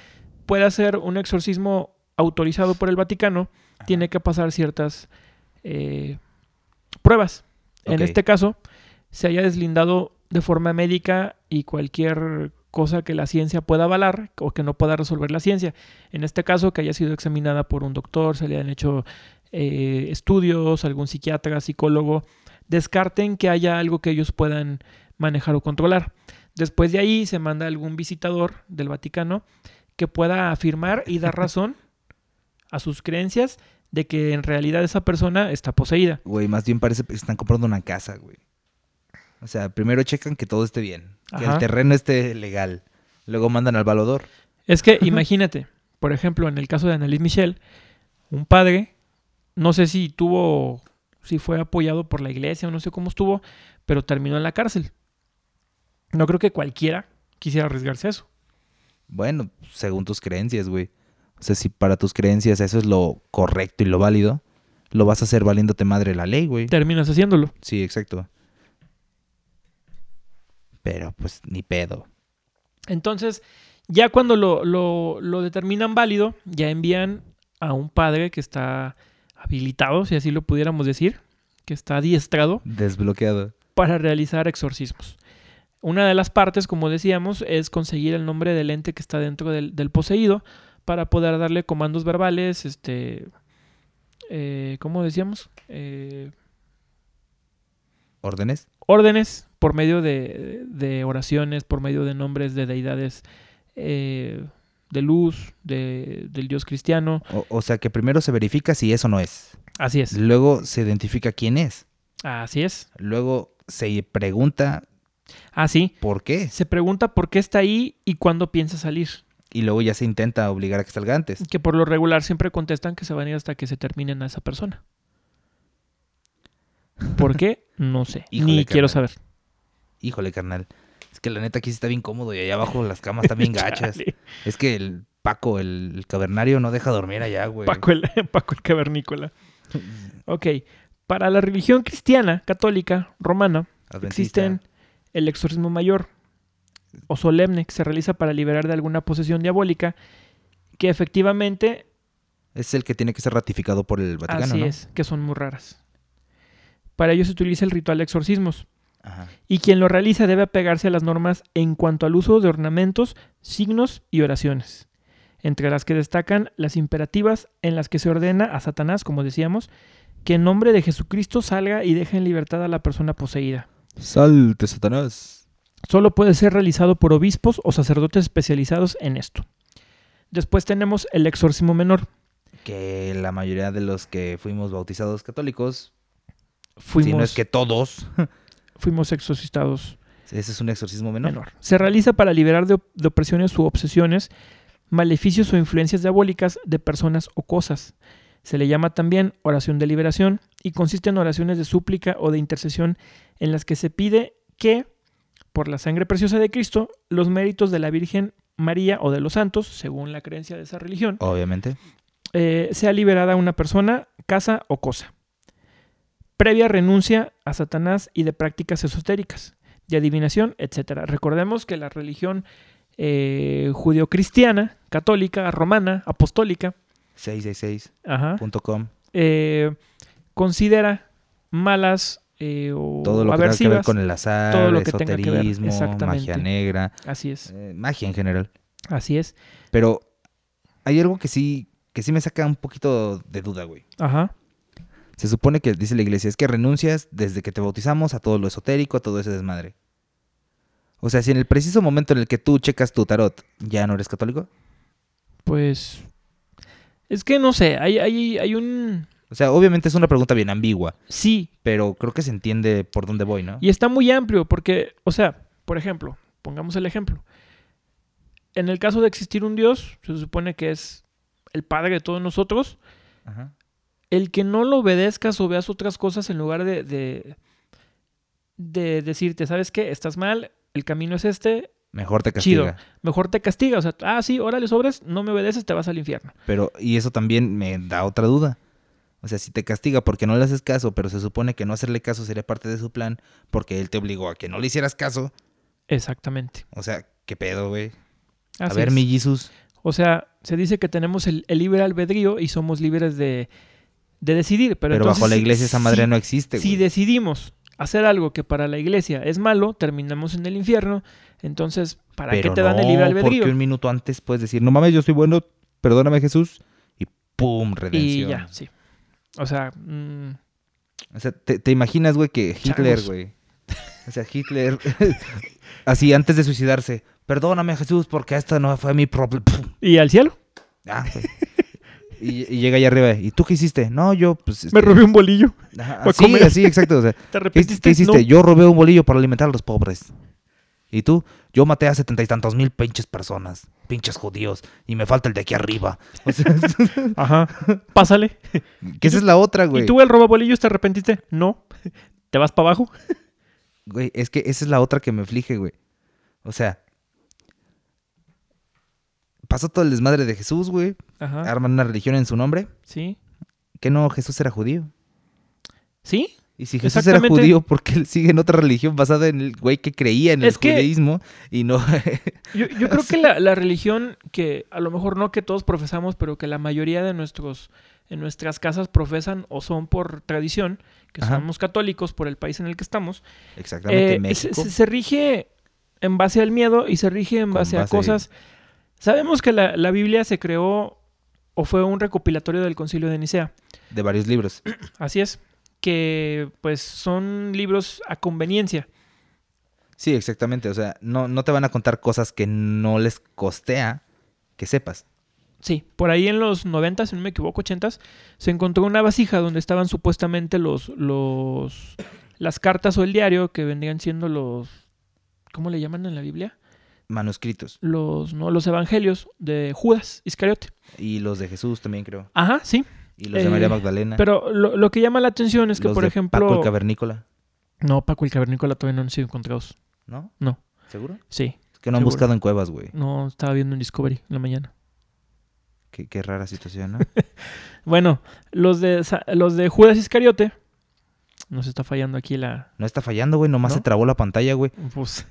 Speaker 1: pueda ser un exorcismo autorizado por el Vaticano, tiene que pasar ciertas eh, pruebas. En
Speaker 2: Ok.
Speaker 1: este caso, se haya deslindado de forma médica y cualquier cosa que la ciencia pueda avalar o que no pueda resolver la ciencia. En este caso, que haya sido examinada por un doctor, se le han hecho eh, estudios, algún psiquiatra, psicólogo, descarten que haya algo que ellos puedan manejar o controlar. Después de ahí se manda algún visitador del Vaticano que pueda afirmar y dar razón a sus creencias de que en realidad esa persona está poseída.
Speaker 2: Güey, más bien parece que están comprando una casa, güey. O sea, primero checan que todo esté bien, que
Speaker 1: Ajá.
Speaker 2: el terreno esté legal. Luego mandan al valedor.
Speaker 1: Es que imagínate, por ejemplo, en el caso de Annalise Michel, un padre, no sé si tuvo, si fue apoyado por la iglesia o no sé cómo estuvo, pero terminó en la cárcel. No creo que cualquiera quisiera arriesgarse a eso.
Speaker 2: Bueno, según tus creencias, güey. O sea, si para tus creencias eso es lo correcto y lo válido, lo vas a hacer valiéndote madre la ley, güey.
Speaker 1: Terminas haciéndolo.
Speaker 2: Sí, exacto. Pero pues ni pedo.
Speaker 1: Entonces, ya cuando lo, lo- lo determinan válido, ya envían a un padre que está habilitado, si así lo pudiéramos decir, que está adiestrado
Speaker 2: Desbloqueado.
Speaker 1: para realizar exorcismos. Una de las partes, como decíamos, es conseguir el nombre del ente que está dentro del, del poseído para poder darle comandos verbales, este, eh, ¿cómo decíamos? Eh,
Speaker 2: ¿Órdenes?
Speaker 1: órdenes por medio de, de oraciones, por medio de nombres de deidades eh, de luz, de, del dios cristiano.
Speaker 2: O, o sea que primero se verifica si eso no es.
Speaker 1: Así es.
Speaker 2: Luego se identifica quién es.
Speaker 1: Así es.
Speaker 2: Luego se pregunta
Speaker 1: Así.
Speaker 2: por qué.
Speaker 1: Se pregunta por qué está ahí y cuándo piensa salir.
Speaker 2: Y luego ya se intenta obligar a que salga antes.
Speaker 1: Que por lo regular siempre contestan que se van a ir hasta que se terminen a esa persona. ¿Por qué? No sé.
Speaker 2: Híjole,
Speaker 1: Ni quiero
Speaker 2: carnal.
Speaker 1: saber.
Speaker 2: Híjole, carnal. Es que la neta aquí sí está bien cómodo y allá abajo las camas están bien gachas.
Speaker 1: Chale.
Speaker 2: Es que el Paco, el, el cavernario, no deja dormir allá, güey.
Speaker 1: Paco el, Paco el cavernícola. Ok. Para la religión cristiana, católica, romana,
Speaker 2: Adventista.
Speaker 1: existen el exorcismo mayor o solemne que se realiza para liberar de alguna posesión diabólica que efectivamente
Speaker 2: Es el que tiene que ser ratificado por el Vaticano,
Speaker 1: así
Speaker 2: ¿no?
Speaker 1: es, que son muy raras. Para ello se utiliza el ritual de exorcismos
Speaker 2: Ajá.
Speaker 1: y quien lo realiza debe apegarse a las normas en cuanto al uso de ornamentos, signos y oraciones, entre las que destacan las imperativas en las que se ordena a Satanás, como decíamos, que en nombre de Jesucristo salga y deje en libertad a la persona poseída.
Speaker 2: Salte, Satanás.
Speaker 1: Solo puede ser realizado por obispos o sacerdotes especializados en esto. Después tenemos el exorcismo menor.
Speaker 2: Que la mayoría de los que fuimos bautizados católicos,
Speaker 1: Fuimos,
Speaker 2: si no es que todos,
Speaker 1: fuimos exorcistados
Speaker 2: ese es un exorcismo menor.
Speaker 1: menor. Se realiza para liberar de, op- de opresiones u obsesiones, maleficios o influencias diabólicas de personas o cosas. Se le llama también oración de liberación y consiste en oraciones de súplica o de intercesión en las que se pide que, por la sangre preciosa de Cristo, los méritos de la Virgen María o de los santos, según la creencia de esa religión,
Speaker 2: Obviamente.
Speaker 1: eh, sea liberada una persona, casa o cosa. Previa renuncia a Satanás y de prácticas esotéricas, de adivinación, etc. Recordemos que la religión eh, judio-cristiana, católica, romana, apostólica,
Speaker 2: 666.com.
Speaker 1: ajá, eh, considera malas eh, o
Speaker 2: Todo lo que tenga que ver
Speaker 1: aversivas.
Speaker 2: con el azar,
Speaker 1: todo lo que tenga que ver,
Speaker 2: esoterismo, magia
Speaker 1: exactamente.
Speaker 2: negra,
Speaker 1: Así es,
Speaker 2: eh, magia en general.
Speaker 1: así es.
Speaker 2: Pero hay algo que sí, que sí me saca un poquito de duda, güey.
Speaker 1: Ajá,
Speaker 2: Se supone que dice la iglesia, es que renuncias desde que te bautizamos a todo lo esotérico, a todo ese desmadre. O sea, si en el preciso momento en el que tú checas tu tarot, ¿ya no eres católico?
Speaker 1: pues. Es que no sé, hay, hay, hay un.
Speaker 2: O sea, obviamente es una pregunta bien ambigua,
Speaker 1: Sí,
Speaker 2: pero creo que se entiende por dónde voy, ¿no?
Speaker 1: Y está muy amplio porque, o sea, por ejemplo, pongamos el ejemplo. En el caso de existir un Dios, se supone que es el Padre de todos nosotros,
Speaker 2: Ajá.
Speaker 1: el que no lo obedezcas o veas otras cosas en lugar de, de, de decirte, ¿sabes qué? Estás mal, el camino es este,
Speaker 2: Mejor te castiga.
Speaker 1: mejor te castiga. O sea, ah, sí, órale, sobres, no me obedeces, te vas al infierno.
Speaker 2: Pero, y eso también me da otra duda. O sea, si te castiga porque no le haces caso, pero se supone que no hacerle caso sería parte de su plan porque él te obligó a que no le hicieras caso.
Speaker 1: Exactamente.
Speaker 2: O sea, ¿qué pedo, güey? A
Speaker 1: Así
Speaker 2: ver,
Speaker 1: es.
Speaker 2: mi Jesus.
Speaker 1: O sea, se dice que tenemos el, el libre albedrío y somos libres de, de decidir. Pero,
Speaker 2: Pero, bajo
Speaker 1: entonces,
Speaker 2: la iglesia esa madre
Speaker 1: sí,
Speaker 2: no existe, Este, güey.
Speaker 1: Si decidimos hacer algo que para la iglesia es malo, terminamos en el infierno. Entonces, ¿para qué
Speaker 2: Pero
Speaker 1: te dan el
Speaker 2: no,
Speaker 1: libre
Speaker 2: Porque un
Speaker 1: albedrío?
Speaker 2: minuto antes puedes decir, no mames, yo soy bueno, perdóname Jesús. Y pum,
Speaker 1: Y
Speaker 2: redención.
Speaker 1: ya, sí. O sea, mm,
Speaker 2: O sea, te, te imaginas, güey, que Hitler,
Speaker 1: Changos.
Speaker 2: güey. O sea, Hitler, así antes de suicidarse, perdóname Jesús porque esta no fue mi problema.
Speaker 1: ¿y al cielo?
Speaker 2: Ah, güey. y, y llega allá arriba, ¿y tú qué hiciste? No, yo, pues...
Speaker 1: Me
Speaker 2: este,
Speaker 1: robé un bolillo.
Speaker 2: ajá,
Speaker 1: para
Speaker 2: así,
Speaker 1: comer".
Speaker 2: así, exacto. O sea,
Speaker 1: ¿Te
Speaker 2: ¿qué,
Speaker 1: arrepentiste?
Speaker 2: qué hiciste?
Speaker 1: No.
Speaker 2: Yo robé un bolillo para alimentar a los pobres. ¿Y tú? Yo maté a setenta y tantos mil pinches personas, pinches judíos, y me falta el de aquí arriba. O sea,
Speaker 1: Ajá. Pásale.
Speaker 2: Que esa es la otra, güey.
Speaker 1: ¿Y tú el robabolillos te arrepentiste? No. ¿Te vas para abajo?
Speaker 2: Güey, es que esa es la otra que me aflige, güey. O sea, pasó todo el desmadre de Jesús, güey.
Speaker 1: Ajá.
Speaker 2: Arman una religión en su nombre.
Speaker 1: Sí.
Speaker 2: Que no, Jesús era judío.
Speaker 1: ¿Sí?
Speaker 2: Y si Jesús era
Speaker 1: Exactamente.
Speaker 2: judío, ¿por qué él sigue en otra religión basada en el güey que creía en el
Speaker 1: Es que-
Speaker 2: judaísmo? Y no.
Speaker 1: Yo, yo creo que la, la religión que a lo mejor no que todos profesamos, pero que la mayoría de nuestros en nuestras casas profesan o son por tradición, que
Speaker 2: Ajá.
Speaker 1: somos católicos por el país en el que estamos,
Speaker 2: Exactamente,
Speaker 1: eh, se,
Speaker 2: México.
Speaker 1: se- se rige en base al miedo y se rige en
Speaker 2: Con
Speaker 1: base, a
Speaker 2: base-
Speaker 1: cosas. Sabemos que la, la Biblia se creó o fue un recopilatorio del Concilio de Nicea.
Speaker 2: de varios libros.
Speaker 1: Así es, que pues son libros a conveniencia.
Speaker 2: Sí, exactamente. O sea, no, no te van a contar cosas que no les costea que sepas.
Speaker 1: Sí, por ahí en los 90, si no me equivoco, 80, se encontró una vasija donde estaban supuestamente los, los las cartas o el diario que vendrían siendo los ¿cómo le llaman en la Biblia?
Speaker 2: Manuscritos.
Speaker 1: Los no los evangelios de Judas Iscariote.
Speaker 2: Y los de Jesús también, creo.
Speaker 1: Ajá, sí.
Speaker 2: Y los de María
Speaker 1: Eh,
Speaker 2: Magdalena.
Speaker 1: Pero lo, lo que llama la atención es que,
Speaker 2: Ah. los
Speaker 1: por
Speaker 2: de
Speaker 1: ejemplo.
Speaker 2: Paco el Cavernícola,
Speaker 1: No, Paco el Cavernícola todavía no han sido encontrados.
Speaker 2: ¿no?
Speaker 1: No,
Speaker 2: ¿Seguro?
Speaker 1: sí.
Speaker 2: Es que no han
Speaker 1: Seguro.
Speaker 2: buscado en cuevas, güey.
Speaker 1: No, estaba viendo en Discovery en la mañana.
Speaker 2: Qué, qué rara situación, ¿no?
Speaker 1: Bueno, los de, Sa- los de Judas Iscariote. Nos está fallando aquí la.
Speaker 2: No está fallando, güey. Nomás
Speaker 1: ¿No?
Speaker 2: se trabó la pantalla, güey.
Speaker 1: Pues.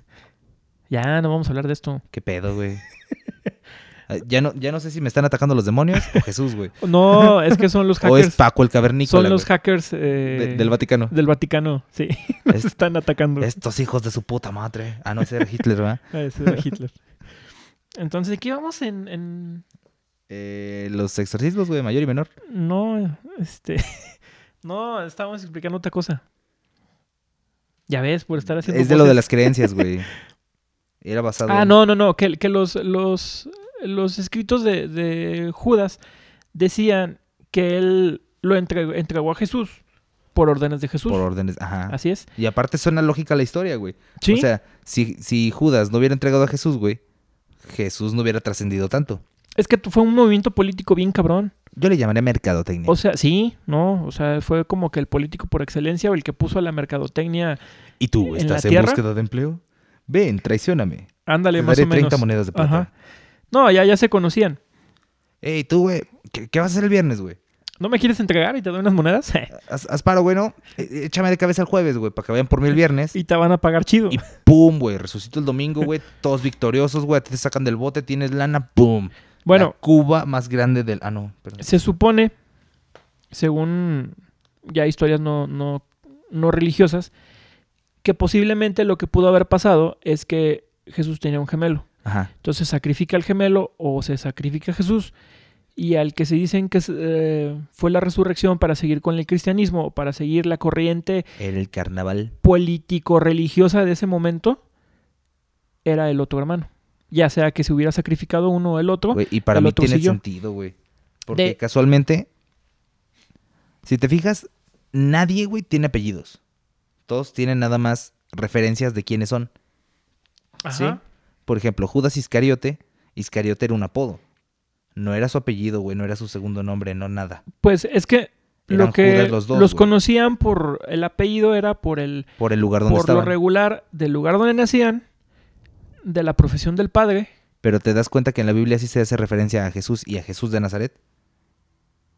Speaker 1: Ya, no vamos a hablar de esto.
Speaker 2: ¿Qué pedo, güey? Ah, Ya no, ya no sé si me están atacando los demonios o Jesús, güey.
Speaker 1: No, es que son los
Speaker 2: O es
Speaker 1: hackers.
Speaker 2: Paco el Cavernícola.
Speaker 1: son los
Speaker 2: güey,
Speaker 1: hackers eh,
Speaker 2: de- del Vaticano.
Speaker 1: del Vaticano. Sí, nos
Speaker 2: Es-
Speaker 1: están atacando.
Speaker 2: Estos hijos de su puta madre. Ah, no, ese era Hitler, ¿verdad?
Speaker 1: Ah, ese era Hitler. Entonces, aquí vamos en- en
Speaker 2: Eh, los exorcismos, güey, mayor y menor.
Speaker 1: No, este. No, estábamos explicando otra cosa. Ya ves, por estar haciendo.
Speaker 2: Es de lo de
Speaker 1: voces.
Speaker 2: las creencias, güey. Era basado.
Speaker 1: Ah,
Speaker 2: en-
Speaker 1: no, no, no. Que, que los, los, los escritos de, de Judas decían que él lo entre- entregó a Jesús por órdenes de Jesús.
Speaker 2: Por órdenes. Ajá.
Speaker 1: Así es.
Speaker 2: Y aparte suena lógica la historia, güey.
Speaker 1: Sí.
Speaker 2: O sea, si, si Judas no hubiera entregado a Jesús, güey, Jesús no hubiera trascendido tanto.
Speaker 1: es que fue un movimiento político bien cabrón.
Speaker 2: Yo le llamaría mercadotecnia.
Speaker 1: O sea, sí, ¿no? O sea, fue como que el político por excelencia o el que puso a la mercadotecnia.
Speaker 2: ¿Y tú
Speaker 1: ¿en
Speaker 2: estás
Speaker 1: la
Speaker 2: en,
Speaker 1: tierra?
Speaker 2: búsqueda de empleo? Ven, traicióname.
Speaker 1: Ándale,
Speaker 2: Te
Speaker 1: más
Speaker 2: daré
Speaker 1: o menos.
Speaker 2: 30 monedas de plata.
Speaker 1: Ajá. No, ya, ya se conocían.
Speaker 2: Ey, tú, güey, ¿qué, qué vas a hacer el viernes, güey?
Speaker 1: ¿No me quieres entregar y te doy unas monedas?
Speaker 2: Haz, haz paro, güey, ¿no? Eh, Échame de cabeza el jueves, güey, para que vayan por mí el viernes.
Speaker 1: Y te van a pagar chido.
Speaker 2: Y pum, güey, resucito el domingo, güey, todos victoriosos, güey, a ti te sacan del bote, tienes lana, pum. La
Speaker 1: bueno,
Speaker 2: Cuba más grande del... Ah, no, perdón.
Speaker 1: se supone, según ya historias no, no, no religiosas, que posiblemente lo que pudo haber pasado es que Jesús tenía un gemelo.
Speaker 2: Ajá.
Speaker 1: Entonces sacrifica al gemelo o se sacrifica a Jesús. Y al que se dicen que eh, fue la resurrección para seguir con el cristianismo, o para seguir la corriente
Speaker 2: El carnaval.
Speaker 1: político-religiosa de ese momento, era el otro hermano. Ya sea que se hubiera sacrificado uno o el otro,
Speaker 2: Güey, y para
Speaker 1: el
Speaker 2: mí
Speaker 1: otro
Speaker 2: tiene
Speaker 1: siguió.
Speaker 2: sentido, güey. Porque
Speaker 1: De-
Speaker 2: casualmente, si te fijas, nadie, güey, tiene apellidos. Todos tienen nada más referencias de quiénes son. ¿sí?
Speaker 1: Ajá.
Speaker 2: Por ejemplo, Judas Iscariote, Iscariote era un apodo. No era su apellido, güey, no era su segundo nombre, no nada.
Speaker 1: Pues es que
Speaker 2: Eran
Speaker 1: lo que
Speaker 2: Judas
Speaker 1: los,
Speaker 2: los dos, güey.
Speaker 1: conocían por el apellido era por el
Speaker 2: Por el lugar donde
Speaker 1: por lo
Speaker 2: estaban.
Speaker 1: regular del lugar donde nacían, de la profesión del padre.
Speaker 2: Pero te das cuenta que en la Biblia sí se hace referencia a Jesús y a Jesús de Nazaret.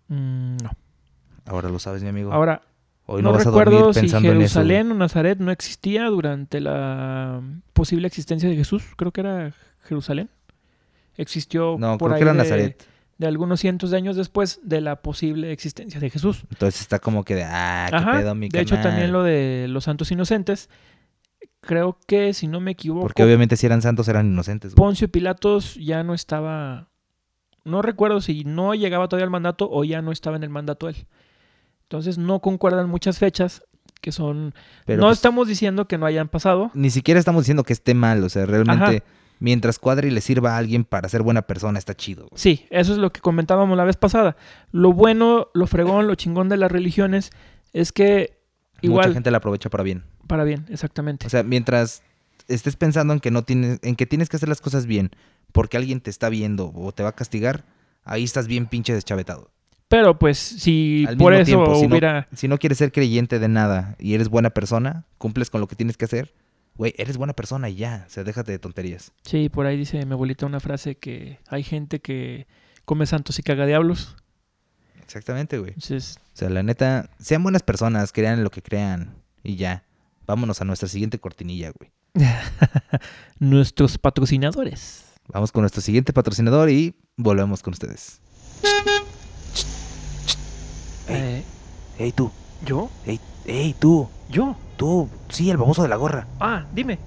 Speaker 1: Mm, no.
Speaker 2: Ahora lo sabes, mi amigo.
Speaker 1: Ahora
Speaker 2: Hoy no,
Speaker 1: no,
Speaker 2: vas a
Speaker 1: recuerdo
Speaker 2: dormir
Speaker 1: si
Speaker 2: pensando en eso. güey.
Speaker 1: Jerusalén o Nazaret no existía durante la posible existencia de Jesús. Creo que era Jerusalén. Existió
Speaker 2: No,
Speaker 1: por
Speaker 2: creo
Speaker 1: ahí
Speaker 2: que era
Speaker 1: de-
Speaker 2: Nazaret.
Speaker 1: de algunos cientos de años después de la posible existencia de Jesús.
Speaker 2: Entonces está como que de, ah, qué
Speaker 1: Ajá.
Speaker 2: pedo, mi
Speaker 1: de hecho,
Speaker 2: carnal.
Speaker 1: también lo de los santos inocentes. Creo que, si no me equivoco,
Speaker 2: Porque obviamente si eran santos eran inocentes. güey.
Speaker 1: Poncio Pilatos ya no estaba. No recuerdo si no llegaba todavía al mandato o ya no estaba en el mandato él. Entonces, no concuerdan muchas fechas que son.
Speaker 2: Pero
Speaker 1: no
Speaker 2: pues,
Speaker 1: estamos diciendo que no hayan pasado.
Speaker 2: ni siquiera estamos diciendo que esté mal, o sea, realmente mientras cuadre y le sirva a alguien para ser buena persona está chido. güey.
Speaker 1: Sí, eso es lo que comentábamos la vez pasada. Lo bueno, lo fregón, lo chingón de las religiones es que.
Speaker 2: Mucha
Speaker 1: Igual,
Speaker 2: gente la aprovecha para bien.
Speaker 1: para bien, exactamente.
Speaker 2: O sea, mientras estés pensando en que no tienes en que tienes que hacer las cosas bien porque alguien te está viendo o te va a castigar, ahí estás bien pinche deschavetado.
Speaker 1: Pero pues, si
Speaker 2: Al
Speaker 1: por
Speaker 2: mismo
Speaker 1: eso
Speaker 2: tiempo, si no-
Speaker 1: hubiera.
Speaker 2: Si no quieres ser creyente de nada y eres buena persona, cumples con lo que tienes que hacer, güey, eres buena persona y ya, o sea, déjate de tonterías.
Speaker 1: Sí, por ahí dice mi abuelita una frase que hay gente que come santos y caga diablos.
Speaker 2: Exactamente, güey.
Speaker 1: Entonces,
Speaker 2: O sea, la neta, sean buenas personas, crean lo que crean y ya. Vámonos a nuestra siguiente cortinilla, güey.
Speaker 1: nuestros patrocinadores.
Speaker 2: Vamos con nuestro siguiente patrocinador y volvemos con ustedes.
Speaker 1: Eh,
Speaker 5: Ey tú,
Speaker 1: ¿Yo?
Speaker 5: ey, ey tú,
Speaker 1: ¿Yo?
Speaker 5: tú, sí, el baboso de la gorra.
Speaker 1: Ah, dime.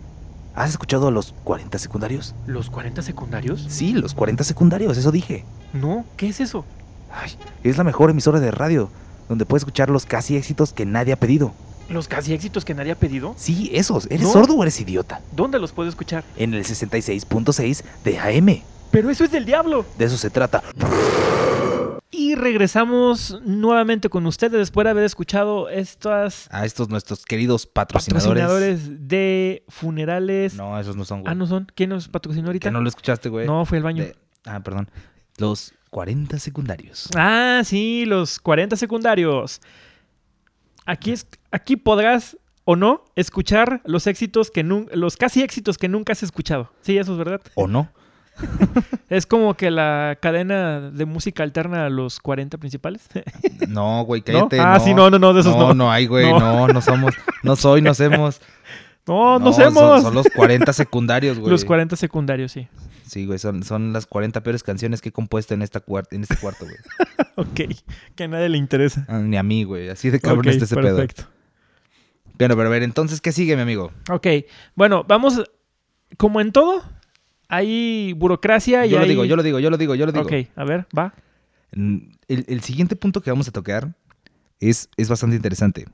Speaker 5: ¿Has escuchado a los 40 secundarios?
Speaker 1: ¿Los 40 secundarios?
Speaker 5: Sí, los 40 secundarios, eso dije.
Speaker 1: No, ¿qué es eso?
Speaker 5: Ay, es la mejor emisora de radio, donde puedes escuchar los casi éxitos que nadie ha pedido.
Speaker 1: Los casi éxitos que nadie ha pedido.
Speaker 5: Sí, esos. ¿Eres
Speaker 1: No.
Speaker 5: sordo o eres idiota?
Speaker 1: ¿Dónde los puedo escuchar?
Speaker 5: En el 66.6 de AM.
Speaker 1: Pero eso es del diablo.
Speaker 5: De eso se trata.
Speaker 1: Y regresamos nuevamente con ustedes después de haber escuchado estas
Speaker 2: A estos nuestros queridos patrocinadores.
Speaker 1: patrocinadores de funerales.
Speaker 2: No, esos no son, güey.
Speaker 1: Ah, no son. ¿Quién nos patrocinó ahorita?
Speaker 2: Que no lo escuchaste, güey.
Speaker 1: No, fue el baño.
Speaker 2: De- Ah, perdón. Los 40 secundarios.
Speaker 1: Ah, sí, los 40 secundarios. Aquí, es, aquí podrás o no escuchar los éxitos que nun- los casi éxitos que nunca has escuchado. Sí, eso es verdad.
Speaker 2: ¿O no?
Speaker 1: Es como que la cadena de música alterna a los 40 principales.
Speaker 2: No, güey, cállate.
Speaker 1: Ah, sí, no, no, no, de esos no.
Speaker 2: No, no hay, güey.
Speaker 1: No.
Speaker 2: No. no, somos. No soy, no somos.
Speaker 1: No, no
Speaker 2: son-
Speaker 1: hacemos.
Speaker 2: Son, los 40 secundarios, güey.
Speaker 1: Los 40 secundarios, sí.
Speaker 2: Sí, güey, son, son las 40 peores canciones que he compuesto en, esta cuar- en este cuarto, güey.
Speaker 1: Ok, que a nadie le interesa.
Speaker 2: Ah, Ni a mí, güey. Así de cabrón
Speaker 1: Ok,
Speaker 2: está ese pedo.
Speaker 1: perfecto.
Speaker 2: Bueno, pero a ver, entonces, ¿qué sigue, mi amigo?
Speaker 1: Ok, bueno, vamos. Como en todo, hay burocracia y
Speaker 2: Yo lo
Speaker 1: hay-
Speaker 2: digo, yo lo digo, yo lo digo, yo lo digo.
Speaker 1: Ok, a ver, va.
Speaker 2: Mm, El, el siguiente punto que vamos a tocar es, es bastante interesante.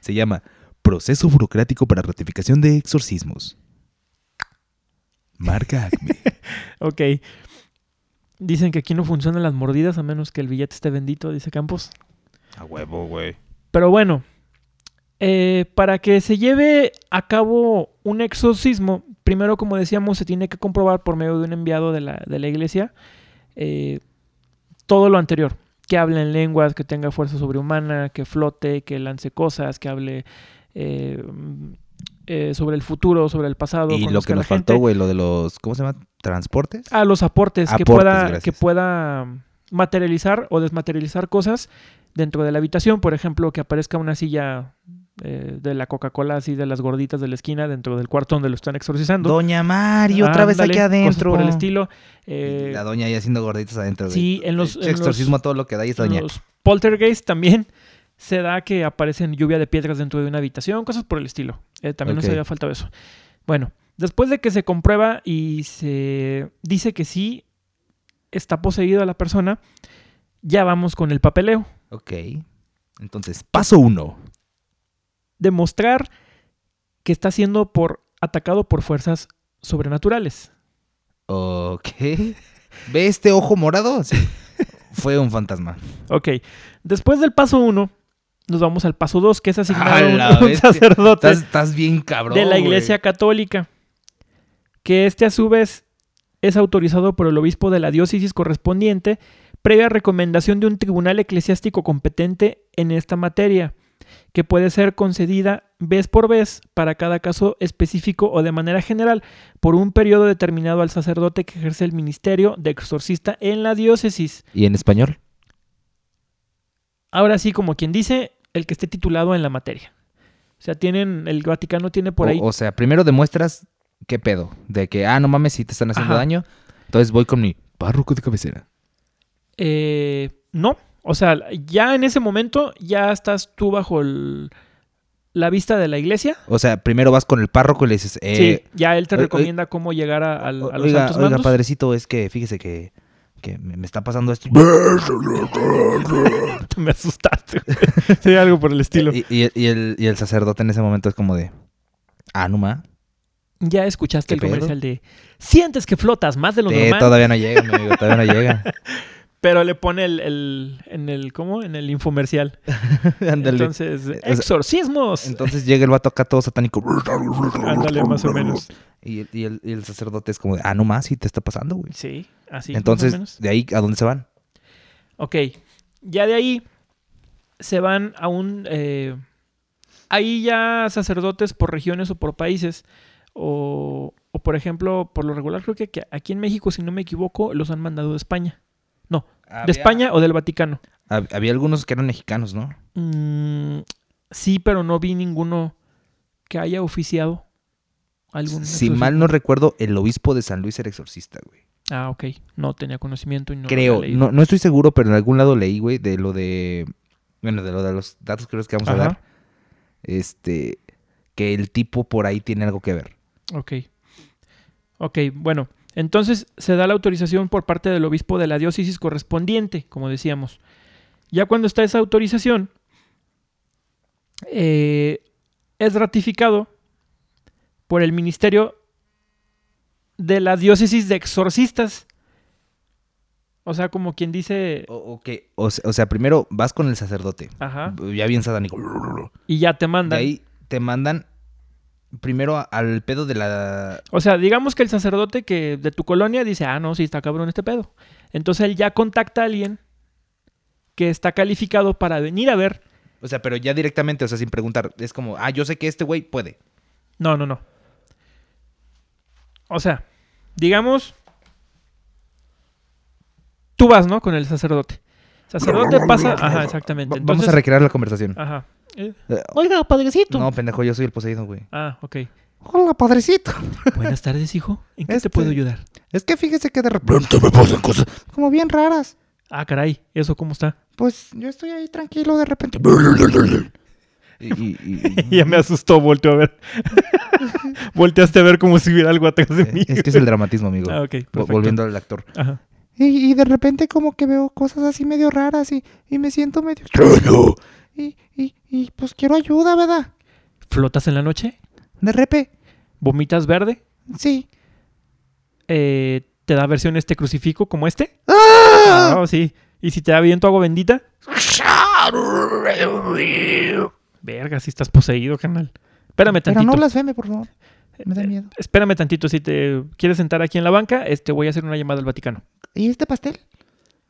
Speaker 2: Se llama Proceso Burocrático para Ratificación de Exorcismos. Marca Acme.
Speaker 1: Ok. Dicen que aquí no funcionan las mordidas a menos que el billete esté bendito, dice Campos.
Speaker 2: a huevo, güey.
Speaker 1: Pero bueno, eh, para que se lleve a cabo un exorcismo, primero, como decíamos, se tiene que comprobar por medio de un enviado de la, de la iglesia eh, todo lo anterior. Que hable en lenguas, que tenga fuerza sobrehumana, que flote, que lance cosas, que hable eh, mm, eh, sobre el futuro, sobre el pasado.
Speaker 2: Y lo
Speaker 1: conozca
Speaker 2: que
Speaker 1: a la
Speaker 2: nos
Speaker 1: gente. Ah,
Speaker 2: faltó, güey, lo de los, ¿cómo se llama? ¿Transportes?
Speaker 1: a los aportes, que
Speaker 2: Aportes,
Speaker 1: pueda
Speaker 2: gracias.
Speaker 1: que pueda materializar o desmaterializar cosas dentro de la habitación, por ejemplo, que aparezca una silla eh, de la Coca-Cola así de las gorditas de la esquina dentro del cuarto donde lo están exorcizando.
Speaker 2: Doña Mari, otra vez
Speaker 1: Ándale,
Speaker 2: aquí
Speaker 1: cosas
Speaker 2: adentro.
Speaker 1: por el estilo.
Speaker 2: Y
Speaker 1: Eh,
Speaker 2: La doña ahí haciendo gorditas adentro, güey.
Speaker 1: sí, en los-
Speaker 2: Eche
Speaker 1: en los-
Speaker 2: exorcismo a todo lo que da y esta doña.
Speaker 1: los poltergeist también se da que aparecen lluvia de piedras dentro de una habitación, cosas por el estilo. Eh, también nos
Speaker 2: Ok.
Speaker 1: había faltado eso. Bueno, después de que se comprueba y se dice que sí está poseída la persona, ya vamos con el papeleo.
Speaker 2: Ok. Entonces, paso uno.
Speaker 1: Demostrar que está siendo por, atacado por fuerzas sobrenaturales.
Speaker 2: Ok. ¿Ve este ojo morado? Sí. Fue un fantasma.
Speaker 1: Ok, después del paso 1, nos vamos al paso 2, que es asignado
Speaker 2: ¡A
Speaker 1: un-
Speaker 2: la
Speaker 1: un,
Speaker 2: bestia!
Speaker 1: sacerdote.
Speaker 2: Estás, estás bien cabrón.
Speaker 1: de la
Speaker 2: güey.
Speaker 1: Iglesia Católica, que este a su vez es autorizado por el obispo de la diócesis correspondiente, previa recomendación de un tribunal eclesiástico competente en esta materia, que puede ser concedida vez por vez para cada caso específico o de manera general por un periodo determinado al sacerdote que ejerce el ministerio de exorcista en la diócesis.
Speaker 2: ¿Y en español?
Speaker 1: Ahora sí, como quien dice, el que esté titulado en la materia. O sea, tienen, el Vaticano tiene por
Speaker 2: O-
Speaker 1: ahí
Speaker 2: O, sea, primero demuestras qué pedo. De que, ah, no mames, si te están haciendo
Speaker 1: Ajá.
Speaker 2: daño. Entonces voy con mi párroco de cabecera.
Speaker 1: Eh, no, o sea, ya en ese momento ya estás tú bajo el- la vista de la iglesia.
Speaker 2: O sea, primero vas con el párroco y le dices, eh,
Speaker 1: sí, ya él te
Speaker 2: oi- oi-
Speaker 1: recomienda cómo llegar a, al-
Speaker 2: O-
Speaker 1: a los
Speaker 2: oiga,
Speaker 1: altos
Speaker 2: oiga,
Speaker 1: mandos.
Speaker 2: padrecito, es que fíjese que, que me, me está pasando esto.
Speaker 1: Me asustaste. güey. sí, algo por el estilo.
Speaker 2: Eh, Y, y- y el, y el sacerdote en ese momento es como de, ah, no ma,
Speaker 1: ya escuchaste
Speaker 2: ¿Qué
Speaker 1: el
Speaker 2: pedo?
Speaker 1: comercial de sientes que flotas más de lo
Speaker 2: eh,
Speaker 1: normal,
Speaker 2: todavía no llega, mi amigo, todavía no llega.
Speaker 1: pero le pone el, el- en el ¿cómo? En el infomercial.
Speaker 2: Ándale. Entonces,
Speaker 1: Entonces,
Speaker 2: sea,
Speaker 1: exorcismos.
Speaker 2: llega el vato acá todo satánico.
Speaker 1: Ándale más o menos.
Speaker 2: Y, el- y el, y el sacerdote es como de, ah, no ma, sí te está pasando, güey.
Speaker 1: Sí, así más o menos.
Speaker 2: Entonces, de ahí, ¿a dónde se van?
Speaker 1: Ok, ya de ahí se van a un... eh, ahí ya sacerdotes por regiones o por países, o, o por ejemplo, por lo regular creo que, que aquí en México, si no me equivoco, los han mandado de España. No,
Speaker 2: Ah,
Speaker 1: de España o del Vaticano.
Speaker 2: Hab- Había algunos que eran mexicanos, ¿no?
Speaker 1: Mm, sí, pero no vi ninguno que haya oficiado algún...
Speaker 2: Si
Speaker 1: exorcismo.
Speaker 2: mal no recuerdo, el obispo de San Luis era exorcista, güey.
Speaker 1: Ah, ok, no tenía conocimiento y no... lo
Speaker 2: creo,
Speaker 1: había leído.
Speaker 2: no, no estoy seguro, pero en algún lado leí, güey, de lo de. Bueno, de lo de los datos que creo que vamos
Speaker 1: Ajá.
Speaker 2: a dar. Este. Que el tipo por ahí tiene algo que ver.
Speaker 1: Ok. Ok, bueno, Entonces se da la autorización por parte del obispo de la diócesis correspondiente, como decíamos. Ya cuando está esa autorización, eh, es ratificado por el ministerio de la diócesis de exorcistas. O sea, como quien dice,
Speaker 2: O, o que- o se- o sea, primero vas con el sacerdote.
Speaker 1: ajá,
Speaker 2: Ya bien satánico.
Speaker 1: y ya te
Speaker 2: De
Speaker 1: mandan.
Speaker 2: ahí te mandan primero a- al pedo de la...
Speaker 1: O sea, digamos que el sacerdote que de tu colonia dice, ah, no, sí, está cabrón este pedo. Entonces él ya contacta a alguien que está calificado para venir a ver.
Speaker 2: O sea, pero ya directamente, o sea, sin preguntar. Es como, ah, yo sé que este güey puede.
Speaker 1: No, no, no. O sea, digamos, tú vas, ¿no? Con el sacerdote. Sacerdote pasa... Ajá, exactamente.
Speaker 2: Va- Vamos a
Speaker 1: Entonces-
Speaker 2: recrear la conversación.
Speaker 1: Ajá. Eh,
Speaker 2: Oiga, padrecito. No, pendejo, yo soy el poseído, güey.
Speaker 1: Ah, ok.
Speaker 2: Hola, padrecito.
Speaker 1: Buenas tardes, hijo. ¿En qué
Speaker 2: Este-
Speaker 1: te puedo ayudar?
Speaker 2: Es que fíjese que de repente me pasan cosas como bien raras.
Speaker 1: Ah, caray, ¿eso cómo está?
Speaker 2: Pues yo estoy ahí tranquilo de repente. Y, y- y-
Speaker 1: Ya me asustó, volteo a ver. Volteaste a ver como si hubiera algo atrás de mí.
Speaker 2: Eh, es que es el dramatismo, amigo.
Speaker 1: Ah, ok, perfecto.
Speaker 2: Vol- Volviendo al actor.
Speaker 1: Ajá.
Speaker 2: Y, y de repente como que veo cosas así medio raras y, y me siento medio... Y, y, y pues quiero ayuda, ¿verdad?
Speaker 1: ¿Flotas en la noche?
Speaker 2: De repente,
Speaker 1: ¿Vomitas verde?
Speaker 2: sí.
Speaker 1: Eh, ¿Te da versión este crucifijo como este? ¡Ah! sí. ¿Y si te da viento agua bendita? Verga, si estás poseído, canal. Espérame
Speaker 2: Pero
Speaker 1: tantito.
Speaker 2: no blasfeme, por favor. Me da
Speaker 1: Eh,
Speaker 2: miedo.
Speaker 1: Espérame tantito. Si te quieres sentar aquí en la banca, este, voy a hacer una llamada al Vaticano.
Speaker 2: ¿Y este pastel?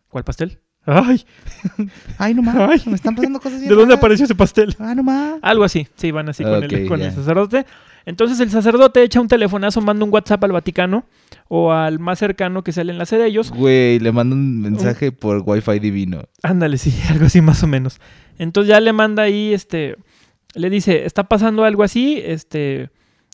Speaker 1: ¿Cuál pastel? ¡Ay!
Speaker 2: Ay, no
Speaker 1: Ay.
Speaker 2: mames. Me están pasando cosas bien
Speaker 1: ¿De dónde
Speaker 2: raras.
Speaker 1: apareció ese pastel?
Speaker 2: Ah, no mames.
Speaker 1: Algo así, sí, van así con, el,
Speaker 2: Ok,
Speaker 1: con
Speaker 2: ya.
Speaker 1: el sacerdote. Entonces el sacerdote echa un telefonazo, manda un WhatsApp al Vaticano o al más cercano que sea el enlace de ellos.
Speaker 2: Güey, le mando un mensaje por Wi-Fi divino.
Speaker 1: Ándale, sí, algo así más o menos. Entonces ya le manda ahí, este, le dice, está pasando algo así, este,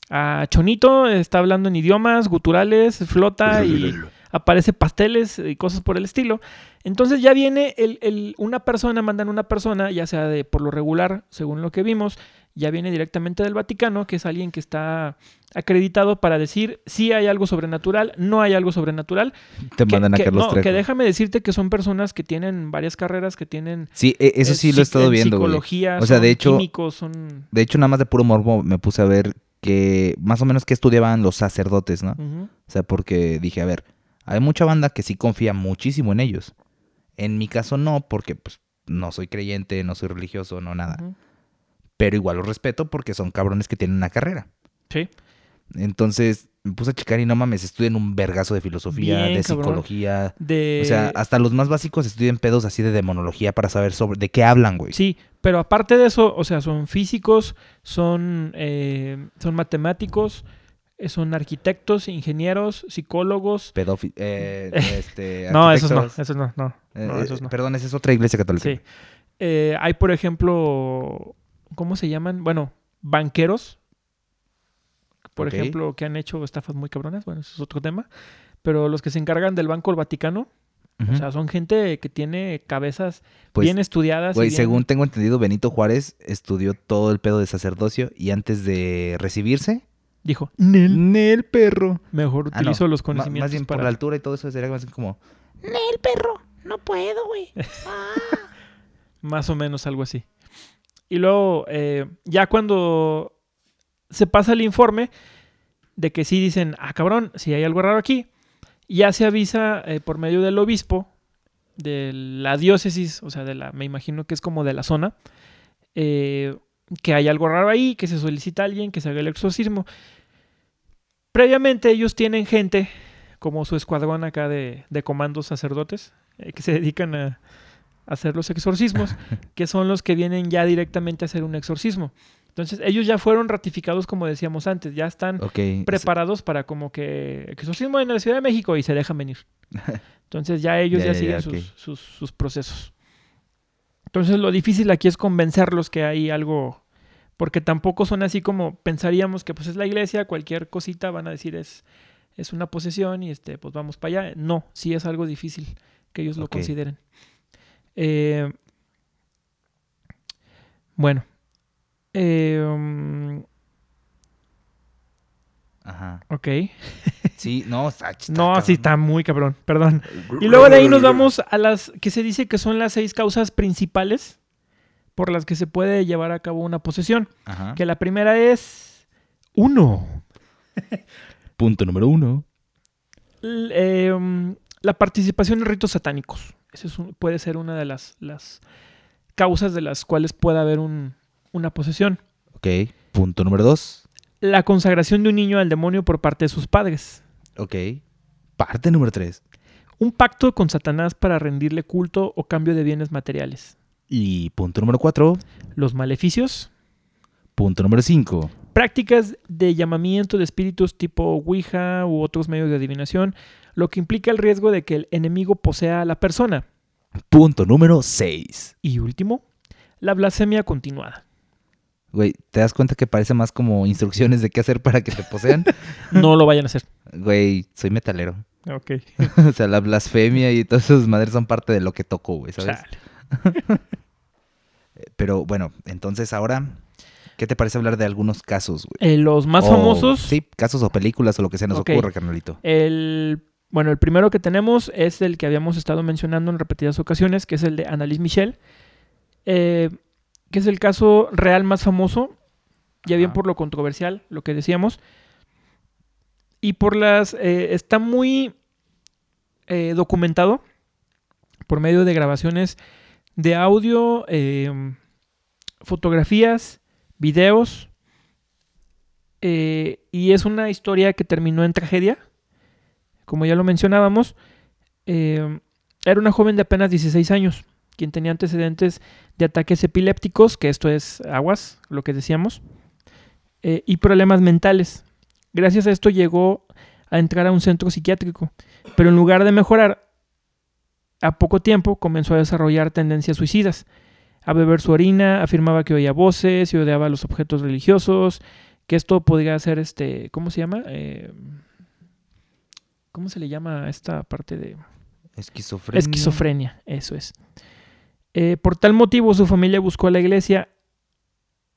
Speaker 1: a Chonito está hablando en idiomas, guturales, flota y aparece pasteles y cosas por el estilo. Entonces ya viene el, el- una persona, mandan una persona, ya sea de por lo regular, según lo que vimos, ya viene directamente del Vaticano, que es alguien que está acreditado para decir si hay algo sobrenatural, no hay algo sobrenatural.
Speaker 2: Te
Speaker 1: Que-
Speaker 2: mandan a
Speaker 1: que-
Speaker 2: Carlos
Speaker 1: no,
Speaker 2: Trejo.
Speaker 1: que déjame decirte que son personas que tienen varias carreras, que tienen...
Speaker 2: Sí, e- eso
Speaker 1: eh,
Speaker 2: sí lo
Speaker 1: psic-
Speaker 2: he estado
Speaker 1: en
Speaker 2: viendo, güey.
Speaker 1: psicología,
Speaker 2: O sea,
Speaker 1: son
Speaker 2: de hecho-
Speaker 1: químicos, son...
Speaker 2: De hecho, nada más de puro morbo me puse a ver que más o menos qué estudiaban los sacerdotes, ¿no?
Speaker 1: Ujú.
Speaker 2: O sea, porque dije, a ver, hay mucha banda que sí confía muchísimo en ellos. En mi caso no, porque pues no soy creyente, no soy religioso, no nada.
Speaker 1: Ujú.
Speaker 2: Pero igual los respeto porque son cabrones que tienen una carrera.
Speaker 1: Sí.
Speaker 2: Entonces me puse a checar y no mames, estudian un vergazo de filosofía,
Speaker 1: Bien,
Speaker 2: de
Speaker 1: cabrón.
Speaker 2: psicología.
Speaker 1: De...
Speaker 2: O sea, hasta los más básicos estudian pedos así de demonología para saber sobre de qué hablan, güey.
Speaker 1: Sí, pero aparte de eso, o sea, son físicos, son, eh, son matemáticos, eh, son arquitectos, ingenieros, psicólogos.
Speaker 2: Pedófilos. este,
Speaker 1: No, esos no,
Speaker 2: arquitectos.
Speaker 1: esos no, no, no,
Speaker 2: Eh,
Speaker 1: esos no.
Speaker 2: Perdón, esa es otra iglesia católica.
Speaker 1: Sí. Eh, hay, por ejemplo, ¿cómo se llaman? Bueno, banqueros. Por
Speaker 2: Ok.
Speaker 1: ejemplo, que han hecho estafas muy cabronas. Bueno, eso es otro tema. Pero los que se encargan del Banco del Vaticano,
Speaker 2: Ujú.
Speaker 1: o sea, son gente que tiene cabezas
Speaker 2: Pues,
Speaker 1: bien estudiadas. y
Speaker 2: Güey,
Speaker 1: bien-
Speaker 2: según tengo entendido, Benito Juárez estudió todo el pedo de sacerdocio y antes de recibirse.
Speaker 1: Dijo,
Speaker 2: Nel, perro.
Speaker 1: mejor
Speaker 2: Ah, no.
Speaker 1: utilizo los
Speaker 2: Ma-
Speaker 1: conocimientos
Speaker 2: Más bien
Speaker 1: para...
Speaker 2: por la altura y todo eso sería más como.
Speaker 1: Más o menos algo así. Y luego, eh, ya cuando se pasa el informe de que sí dicen, ah, cabrón, si hay algo raro aquí, ya se avisa eh, por medio del obispo de la diócesis, o sea, de la, me imagino que es como de la zona, eh, que hay algo raro ahí, que se solicita a alguien que se haga el exorcismo. Previamente ellos tienen gente, como su escuadrón acá de, de comandos sacerdotes, eh, que se dedican a hacer los exorcismos, que son los que vienen ya directamente a hacer un exorcismo. Entonces ellos ya fueron ratificados, como decíamos antes, ya están
Speaker 2: Ok. es-
Speaker 1: preparados para como que exorcismo en la Ciudad de México y se dejan venir. Entonces ya ellos
Speaker 2: Ya,
Speaker 1: ya,
Speaker 2: ya,
Speaker 1: siguen
Speaker 2: ya,
Speaker 1: sus,
Speaker 2: ok.
Speaker 1: sus- sus procesos. Entonces lo difícil aquí es convencerlos que hay algo, porque tampoco son así como pensaríamos que pues es la iglesia, cualquier cosita van a decir es, es una posesión y este pues vamos para allá. No, sí es algo difícil que ellos lo
Speaker 2: Ok.
Speaker 1: consideren. Eh, um, bueno. Eh, mm,
Speaker 2: Ajá.
Speaker 1: Ok.
Speaker 2: Sí, no, está está
Speaker 1: No, sí,
Speaker 2: cabrón.
Speaker 1: está muy cabrón, perdón. Y luego de ahí nos vamos a las que se dice que son las seis causas principales por las que se puede llevar a cabo una posesión.
Speaker 2: Ajá.
Speaker 1: Que la primera es... Uno.
Speaker 2: Punto número uno.
Speaker 1: L- eh, mm, la participación en ritos satánicos. Esa es un- puede ser una de las, las causas de las cuales puede haber un- una posesión.
Speaker 2: Ok. Punto número dos.
Speaker 1: La consagración de un niño al demonio por parte de sus padres.
Speaker 2: Ok. Parte número tres.
Speaker 1: Un pacto con Satanás para rendirle culto o cambio de bienes materiales.
Speaker 2: Y punto número cuatro.
Speaker 1: Los maleficios.
Speaker 2: Punto número cinco.
Speaker 1: Prácticas de llamamiento de espíritus tipo Ouija u otros medios de adivinación, lo que implica el riesgo de que el enemigo posea a la persona.
Speaker 2: Punto número seis.
Speaker 1: Y último, la blasfemia continuada.
Speaker 2: Güey, ¿te das cuenta que parece más como instrucciones de qué hacer para que te posean?
Speaker 1: No lo vayan a hacer.
Speaker 2: Güey, soy metalero.
Speaker 1: Ok.
Speaker 2: o sea, la blasfemia y todas esas madres son parte de lo que toco, güey, ¿sabes?
Speaker 1: Chale.
Speaker 2: Pero bueno, entonces ahora, ¿qué te parece hablar de algunos casos, güey?
Speaker 1: Eh, los más
Speaker 2: O-
Speaker 1: famosos,
Speaker 2: Oh, Sí, casos o películas o lo que se nos
Speaker 1: Ok.
Speaker 2: ocurra, carnalito.
Speaker 1: el, bueno, el primero que tenemos es el que habíamos estado mencionando en repetidas ocasiones, que es el de Annalise Michel, eh, que es el caso real más famoso, ya bien
Speaker 2: Ajá.
Speaker 1: por lo controversial, lo que decíamos, y por las... eh, está muy eh, documentado por medio de grabaciones de audio, eh, fotografías, videos, eh, y es una historia que terminó en tragedia. Como ya lo mencionábamos, eh, era una joven de apenas 16 años, quien tenía antecedentes de ataques epilépticos, que esto es aguas, lo que decíamos, eh, y problemas mentales. Gracias a esto llegó a entrar a un centro psiquiátrico, pero en lugar de mejorar, a poco tiempo comenzó a desarrollar tendencias suicidas, a beber su orina, afirmaba que oía voces y odiaba los objetos religiosos, que esto podría ser este, ¿cómo se llama? Eh, ¿Cómo se le llama a esta parte de
Speaker 2: Esquizofrenia.
Speaker 1: esquizofrenia? Eso es. Eh, por tal motivo su familia buscó a la iglesia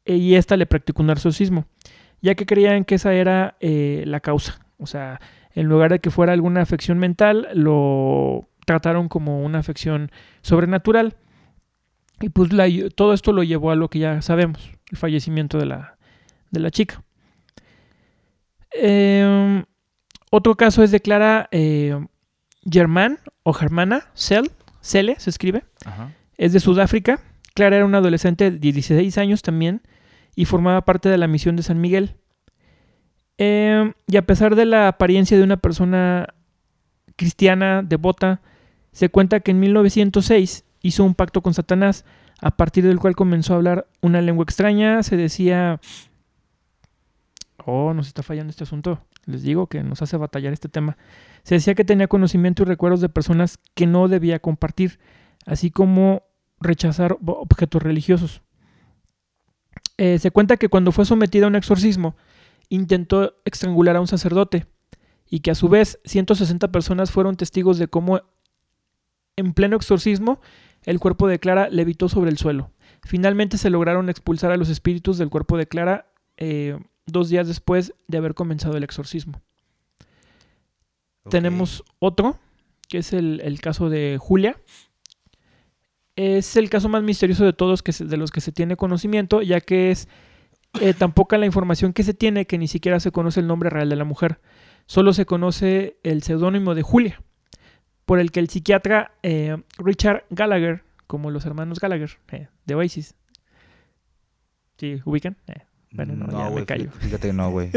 Speaker 1: eh, y ésta le practicó un narcisismo, ya que creían que esa era eh, la causa. O sea, en lugar de que fuera alguna afección mental, lo trataron como una afección sobrenatural. Y pues la- todo esto lo llevó a lo que ya sabemos, el fallecimiento de la, de la chica. Eh, otro caso es de Clara eh, Germán o Germana, Cel, Cele se escribe,
Speaker 2: Ajá.
Speaker 1: es de Sudáfrica. Clara era una adolescente de 16 años también y formaba parte de la misión de San Miguel. Eh, y a pesar de la apariencia de una persona cristiana, devota, se cuenta que en 1906 hizo un pacto con Satanás, a partir del cual comenzó a hablar una lengua extraña. Se decía... Oh, nos está fallando este asunto. Les digo que nos hace batallar este tema. Se decía que tenía conocimiento y recuerdos de personas que no debía compartir así como rechazar ob- objetos religiosos. Eh, se cuenta que cuando fue sometida a un exorcismo, intentó estrangular a un sacerdote y que a su vez 160 personas fueron testigos de cómo en pleno exorcismo el cuerpo de Clara levitó sobre el suelo. Finalmente se lograron expulsar a los espíritus del cuerpo de Clara eh, dos días después de haber comenzado el exorcismo. Tenemos otro, que es el, el caso de Julia. Es el caso más misterioso de todos que se- de los que se tiene conocimiento, ya que es eh, tan poca la información que se tiene que ni siquiera se conoce el nombre real de la mujer. Solo se conoce el seudónimo de Julia, por el que el psiquiatra eh, Richard Gallagher, como los hermanos Gallagher eh, de Oasis, ¿sí ubican? Eh, bueno, no, ya me
Speaker 2: güey,
Speaker 1: callo.
Speaker 2: fíjate- Fíjate que no, güey.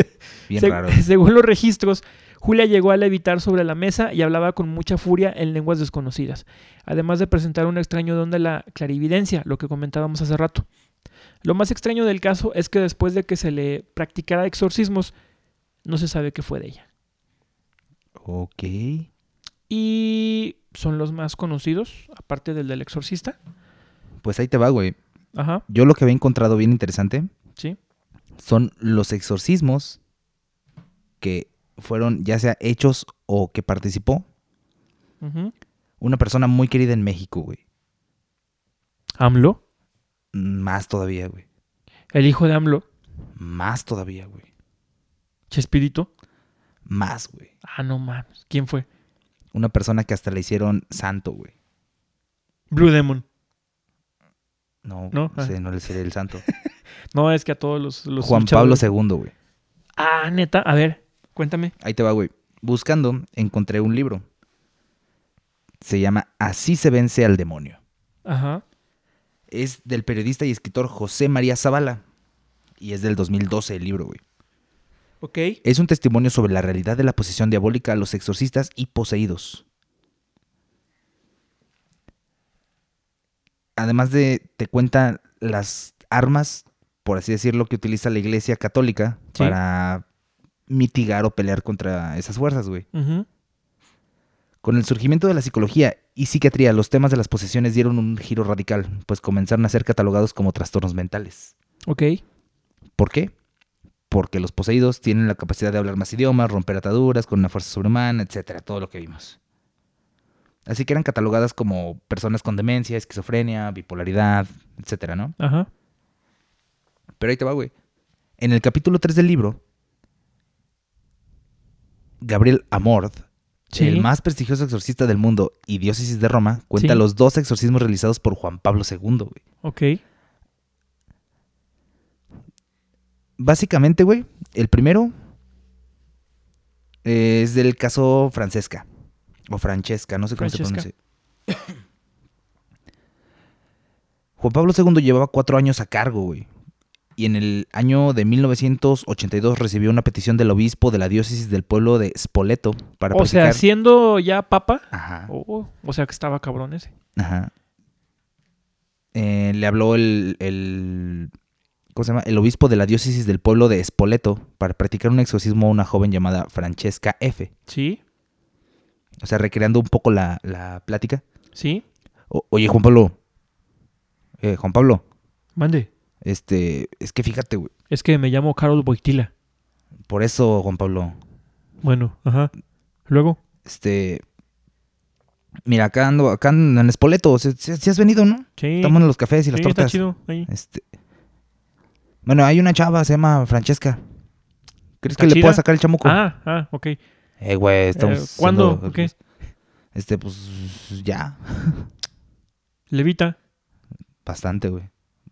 Speaker 2: Bien
Speaker 1: Seg-
Speaker 2: raro.
Speaker 1: Según los registros, Julia llegó a levitar sobre la mesa y hablaba con mucha furia en lenguas desconocidas, además de presentar un extraño don de la clarividencia, lo que comentábamos hace rato. Lo más extraño del caso es que después de que se le practicara exorcismos, no se sabe qué fue de ella.
Speaker 2: Ok.
Speaker 1: Y son los más conocidos, aparte del del exorcista.
Speaker 2: Pues ahí te va, güey.
Speaker 1: Ajá,
Speaker 2: Yo lo que había encontrado bien interesante
Speaker 1: sí.
Speaker 2: son los exorcismos que fueron ya sea hechos o que participó
Speaker 1: ujú.
Speaker 2: una persona muy querida en México, güey.
Speaker 1: AMLO,
Speaker 2: Más todavía, güey.
Speaker 1: el hijo de AMLO,
Speaker 2: Más todavía, güey.
Speaker 1: Chespirito.
Speaker 2: más, güey.
Speaker 1: Ah, no mames. ¿Quién fue?
Speaker 2: Una persona que hasta le hicieron santo, güey.
Speaker 1: Blue Demon.
Speaker 2: No,
Speaker 1: No,
Speaker 2: no,
Speaker 1: ah.
Speaker 2: sé, no le sería el santo.
Speaker 1: No, es que a todos los. los
Speaker 2: Juan Pablo
Speaker 1: luchadores-
Speaker 2: II, güey.
Speaker 1: Ah, neta. A ver, cuéntame.
Speaker 2: Ahí te va, güey. Buscando, encontré un libro. Se llama Así se vence al demonio.
Speaker 1: Ajá.
Speaker 2: Es del periodista y escritor José María Zavala. Y es del 2012 el libro, güey.
Speaker 1: Ok.
Speaker 2: Es un testimonio sobre la realidad de la posesión diabólica a los exorcistas y poseídos. Además de, te cuenta las armas, por así decirlo, que utiliza la iglesia católica
Speaker 1: Sí.
Speaker 2: para mitigar o pelear contra esas fuerzas, güey.
Speaker 1: Ujú.
Speaker 2: Con el surgimiento de la psicología y psiquiatría, los temas de las posesiones dieron un giro radical, pues comenzaron a ser catalogados como trastornos mentales.
Speaker 1: Ok.
Speaker 2: ¿Por qué? Porque los poseídos tienen la capacidad de hablar más idiomas, romper ataduras con una fuerza sobrehumana, etcétera, todo lo que vimos. Así que eran catalogadas como personas con demencia, esquizofrenia, bipolaridad, etcétera, ¿no?
Speaker 1: Ajá.
Speaker 2: Pero ahí te va, güey. En el capítulo 3 del libro, Gabriel Amord,
Speaker 1: Sí.
Speaker 2: el más prestigioso exorcista del mundo y diócesis de Roma, cuenta
Speaker 1: Sí.
Speaker 2: los dos exorcismos realizados por Juan Pablo II, güey.
Speaker 1: Ok.
Speaker 2: Básicamente, güey, el primero eh, es del caso Francesca. O Francesca, no sé cómo se
Speaker 1: Francesca.
Speaker 2: pronuncia. Juan Pablo II llevaba cuatro años a cargo, güey. Y en el año de 1982 recibió una petición del obispo de la diócesis del pueblo de Spoleto para Ah.
Speaker 1: O sea,
Speaker 2: practicar...
Speaker 1: siendo ya papa.
Speaker 2: Ajá,
Speaker 1: Oh, o sea, que estaba cabrón ese.
Speaker 2: ajá. Eh, le habló el, el... ¿Cómo se llama? El obispo de la diócesis del pueblo de Spoleto para practicar un exorcismo a una joven llamada Francesca F.
Speaker 1: Sí.
Speaker 2: O sea, recreando un poco la, la plática.
Speaker 1: Sí.
Speaker 2: O- oye, Juan Pablo. Eh, Juan Pablo,
Speaker 1: Mande.
Speaker 2: este, es que fíjate, güey.
Speaker 1: Es que me llamo Carol Boitila.
Speaker 2: Por eso, Juan Pablo,
Speaker 1: Bueno, ajá. Luego.
Speaker 2: este, mira, acá ando, acá ando en Espoleto, si, si- si has venido, ¿no?
Speaker 1: Sí.
Speaker 2: Estamos en los cafés y las
Speaker 1: Sí,
Speaker 2: tortas.
Speaker 1: está chido. ahí.
Speaker 2: Este, bueno, hay una chava, se llama Francesca. ¿Crees
Speaker 1: ¿Está
Speaker 2: que le
Speaker 1: chida?
Speaker 2: pueda sacar el chamuco?
Speaker 1: Ah, ah, ok. Eh,
Speaker 2: Eh, güey, estamos.
Speaker 1: ¿Cuándo?
Speaker 2: haciendo-
Speaker 1: Ok.
Speaker 2: Este, pues, ya,
Speaker 1: Levita.
Speaker 2: bastante, güey.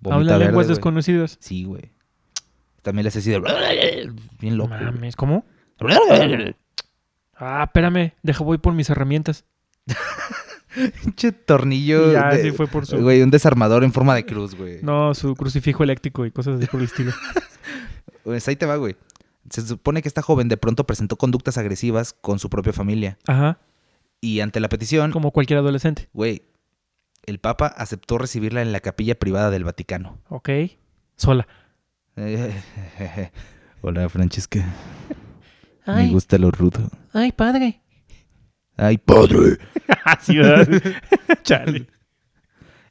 Speaker 1: Habla
Speaker 2: Vomita verde,
Speaker 1: lenguas
Speaker 2: güey.
Speaker 1: desconocidas.
Speaker 2: Sí, güey. También le hace así de... Bien loco. güey.
Speaker 1: Mames, ¿cómo? Ah, espérame. Deja, voy por mis herramientas.
Speaker 2: Pinche tornillo.
Speaker 1: Y ya,
Speaker 2: de-
Speaker 1: sí fue por su...
Speaker 2: Güey, un desarmador en forma de cruz, güey.
Speaker 1: No, su crucifijo eléctrico y cosas así por el estilo.
Speaker 2: Pues ahí te va, güey. Se supone que esta joven de pronto presentó conductas agresivas con su propia familia.
Speaker 1: Ajá.
Speaker 2: Y ante la petición,
Speaker 1: Como cualquier adolescente.
Speaker 2: güey, el Papa aceptó recibirla en la capilla privada del Vaticano.
Speaker 1: Ok. Sola.
Speaker 2: Hola, Francesca. Me gusta lo rudo.
Speaker 1: ay, padre.
Speaker 2: Ay, padre.
Speaker 1: Así, ¿verdad? Chale.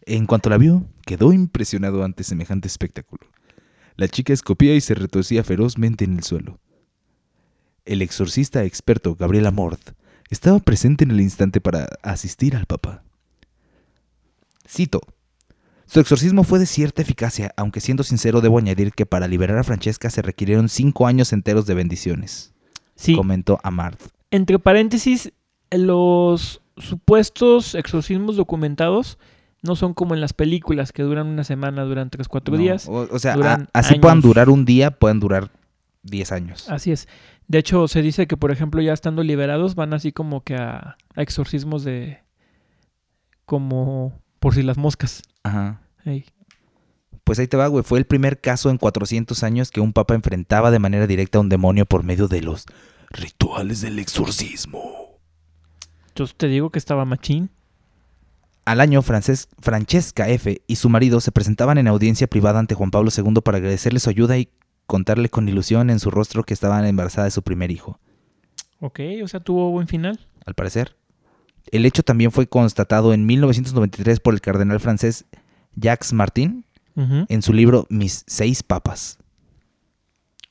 Speaker 2: En cuanto la vio, quedó impresionado ante semejante espectáculo. La chica escopía y se retorcía ferozmente en el suelo. El exorcista experto Gabriel Amort estaba presente en el instante para asistir al papá. Cito. Su exorcismo fue de cierta eficacia, aunque siendo sincero debo añadir que para liberar a Francesca se requirieron cinco años enteros de bendiciones,
Speaker 1: Sí.
Speaker 2: comentó Amart.
Speaker 1: Entre paréntesis, los supuestos exorcismos documentados no son como en las películas que duran una semana, duran tres, cuatro
Speaker 2: No,
Speaker 1: días.
Speaker 2: O, o sea,
Speaker 1: duran
Speaker 2: a- así puedan
Speaker 1: años.
Speaker 2: durar un día, pueden durar diez años.
Speaker 1: Así es. De hecho, se dice que, por ejemplo, ya estando liberados, van así como que a, a exorcismos de... como por si las moscas.
Speaker 2: Ajá.
Speaker 1: Ey.
Speaker 2: Pues ahí te va, güey. Fue el primer caso en 400 años que un papa enfrentaba de manera directa a un demonio por medio de los rituales del exorcismo.
Speaker 1: Yo te digo que estaba machín.
Speaker 2: Al año, Frances- Francesca F. y su marido se presentaban en audiencia privada ante Juan Pablo II para agradecerle su ayuda y contarle con ilusión en su rostro que estaban embarazada de su primer hijo.
Speaker 1: Ok, o sea, tuvo buen final.
Speaker 2: al parecer. El hecho también fue constatado en 1993 por el cardenal francés Jacques Martin
Speaker 1: Ujú.
Speaker 2: en su libro Mis seis papas.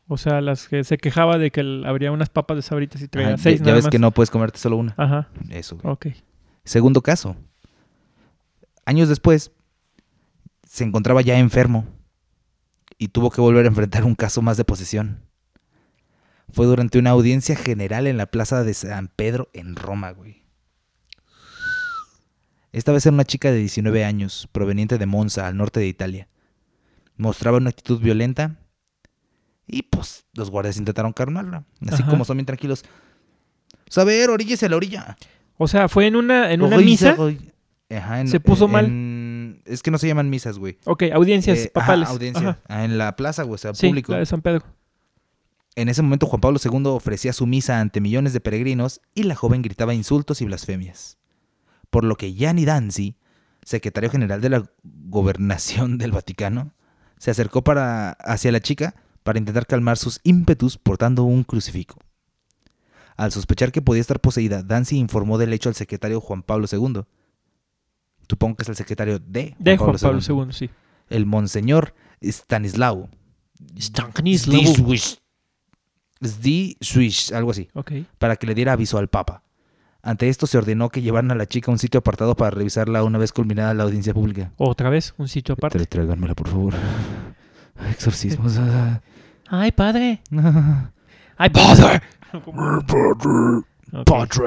Speaker 1: O sea, las que se quejaba de que el- habría unas papas de sabritas y traía
Speaker 2: Ajá,
Speaker 1: seis
Speaker 2: ya ya
Speaker 1: nada
Speaker 2: ves
Speaker 1: más.
Speaker 2: que no puedes comerte solo una.
Speaker 1: Ajá,
Speaker 2: Eso. güey.
Speaker 1: ok.
Speaker 2: Segundo caso. Años después, se encontraba ya enfermo y tuvo que volver a enfrentar un caso más de posesión. fue durante una audiencia general en la plaza de San Pedro en Roma, güey. Esta vez era una chica de 19 años, proveniente de Monza, al norte de Italia. Mostraba una actitud violenta y pues los guardias intentaron calmarla, así
Speaker 1: Ajá.
Speaker 2: como son bien tranquilos. "Pues, a ver, oríllese a la orilla.
Speaker 1: O sea, fue en una, en una
Speaker 2: Ojo,
Speaker 1: misa.
Speaker 2: ojo, y- Ajá, en-
Speaker 1: ¿Se puso mal?
Speaker 2: en- Es que no se llaman misas, güey.
Speaker 1: Ok, audiencias
Speaker 2: Eh, ajá,
Speaker 1: papales.
Speaker 2: audiencia.
Speaker 1: Ajá.
Speaker 2: Ah, en la plaza, güey, o sea,
Speaker 1: Sí,
Speaker 2: público.
Speaker 1: la de San Pedro.
Speaker 2: En ese momento Juan Pablo II ofrecía su misa ante millones de peregrinos y la joven gritaba insultos y blasfemias. Por lo que Gianni Danzi, secretario general de la gobernación del Vaticano, se acercó para, hacia la chica para intentar calmar sus ímpetus portando un crucifijo. Al sospechar que podía estar poseída, Danzi informó del hecho al secretario Juan Pablo II. Supongo que es el secretario de Juan,
Speaker 1: De
Speaker 2: Pablo,
Speaker 1: Juan Pablo
Speaker 2: II,
Speaker 1: II, sí.
Speaker 2: El monseñor Stanislao. Zdi- Zdi Swish, algo así
Speaker 1: Ok.
Speaker 2: para que le diera aviso al Papa. Ante esto se ordenó que llevaran a la chica a un sitio apartado para revisarla una vez culminada la audiencia pública.
Speaker 1: Otra vez, un sitio aparte.
Speaker 2: Tráiganmela, por favor. Exorcismos. ah,
Speaker 1: Ay, padre.
Speaker 2: ah.
Speaker 1: Ay, padre. Ok.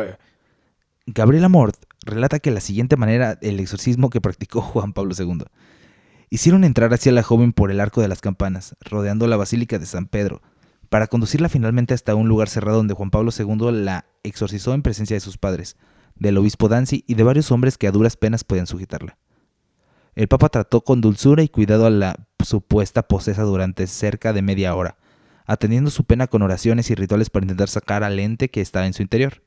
Speaker 2: Gabriela Mort relata que la siguiente manera el exorcismo que practicó Juan Pablo II. Hicieron entrar hacia la joven por el arco de las campanas, rodeando la basílica de San Pedro, para conducirla finalmente hasta un lugar cerrado donde Juan Pablo II la exorcizó en presencia de sus padres, del obispo Danzi y de varios hombres que a duras penas podían sujetarla. El Papa trató con dulzura y cuidado a la supuesta posesa durante cerca de media hora, atendiendo su pena con oraciones y rituales para intentar sacar al ente que estaba en su interior.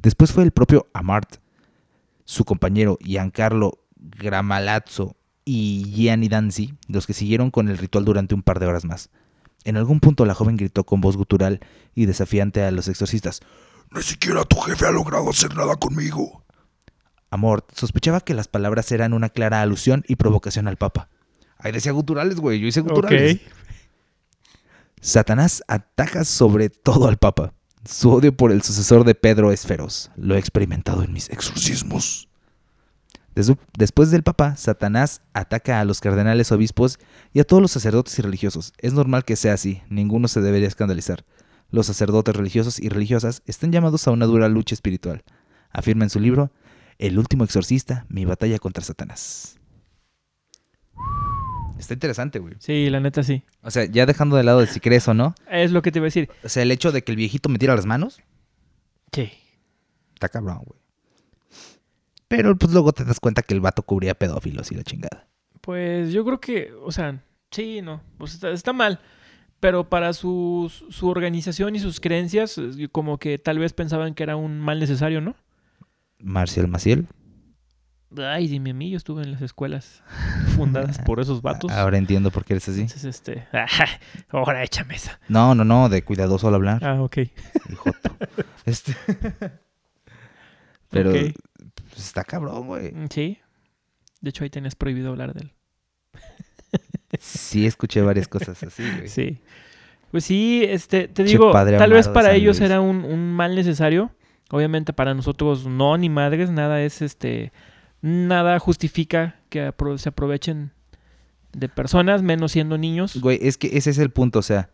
Speaker 2: Después fue el propio Amart, su compañero Giancarlo Gramalazzo y Gianni Danzi los que siguieron con el ritual durante un par de horas más. En algún punto la joven gritó con voz gutural y desafiante a los exorcistas.
Speaker 3: Ni siquiera tu jefe ha logrado hacer nada conmigo.
Speaker 2: Amort sospechaba que las palabras eran una clara alusión y provocación al Papa. Ahí decía guturales, güey, yo hice guturales.
Speaker 1: Ok.
Speaker 2: Satanás ataca sobre todo al Papa. Su odio por el sucesor de Pedro es feroz. Lo he experimentado en mis exorcismos. Des- Después del Papa, Satanás ataca a los cardenales obispos y a todos los sacerdotes y religiosos. Es normal que sea así, ninguno se debería escandalizar. Los sacerdotes religiosos y religiosas están llamados a una dura lucha espiritual. Afirma en su libro El último exorcista, mi batalla contra Satanás. Está interesante, güey.
Speaker 1: Sí, la neta sí.
Speaker 2: O sea, ya dejando de lado de si crees o no,
Speaker 1: Es lo que te iba a decir.
Speaker 2: o sea, el hecho de que el viejito me tira las manos,
Speaker 1: Sí.
Speaker 2: está cabrón, güey. Pero pues luego te das cuenta que el vato cubría pedófilos y la chingada.
Speaker 1: Pues yo creo que, o sea, sí, no, pues está, está mal. Pero para su, su organización y sus creencias, eh, como que tal vez pensaban que era un mal necesario, ¿no?
Speaker 2: Marcial Maciel.
Speaker 1: Ay, dime a mí, yo estuve en las escuelas fundadas por esos vatos.
Speaker 2: Ahora entiendo por qué eres así.
Speaker 1: Entonces, este, ahora échame esa.
Speaker 2: No, no, no, de cuidadoso al hablar.
Speaker 1: Ah, ok.
Speaker 2: hijoto. Este. Pero
Speaker 1: Ok.
Speaker 2: pues, está cabrón, güey.
Speaker 1: Sí. De hecho, ahí tenías prohibido hablar de él.
Speaker 2: Sí escuché varias cosas así, güey.
Speaker 1: Sí. Pues sí, este, te
Speaker 2: Che
Speaker 1: digo,
Speaker 2: padre
Speaker 1: tal vez
Speaker 2: amado de
Speaker 1: para
Speaker 2: San
Speaker 1: ellos
Speaker 2: Luis.
Speaker 1: era un, un mal necesario. Obviamente para nosotros no, ni madres, nada es este, nada justifica que apro- se aprovechen de personas, menos siendo niños.
Speaker 2: Güey, es que ese es el punto, o sea,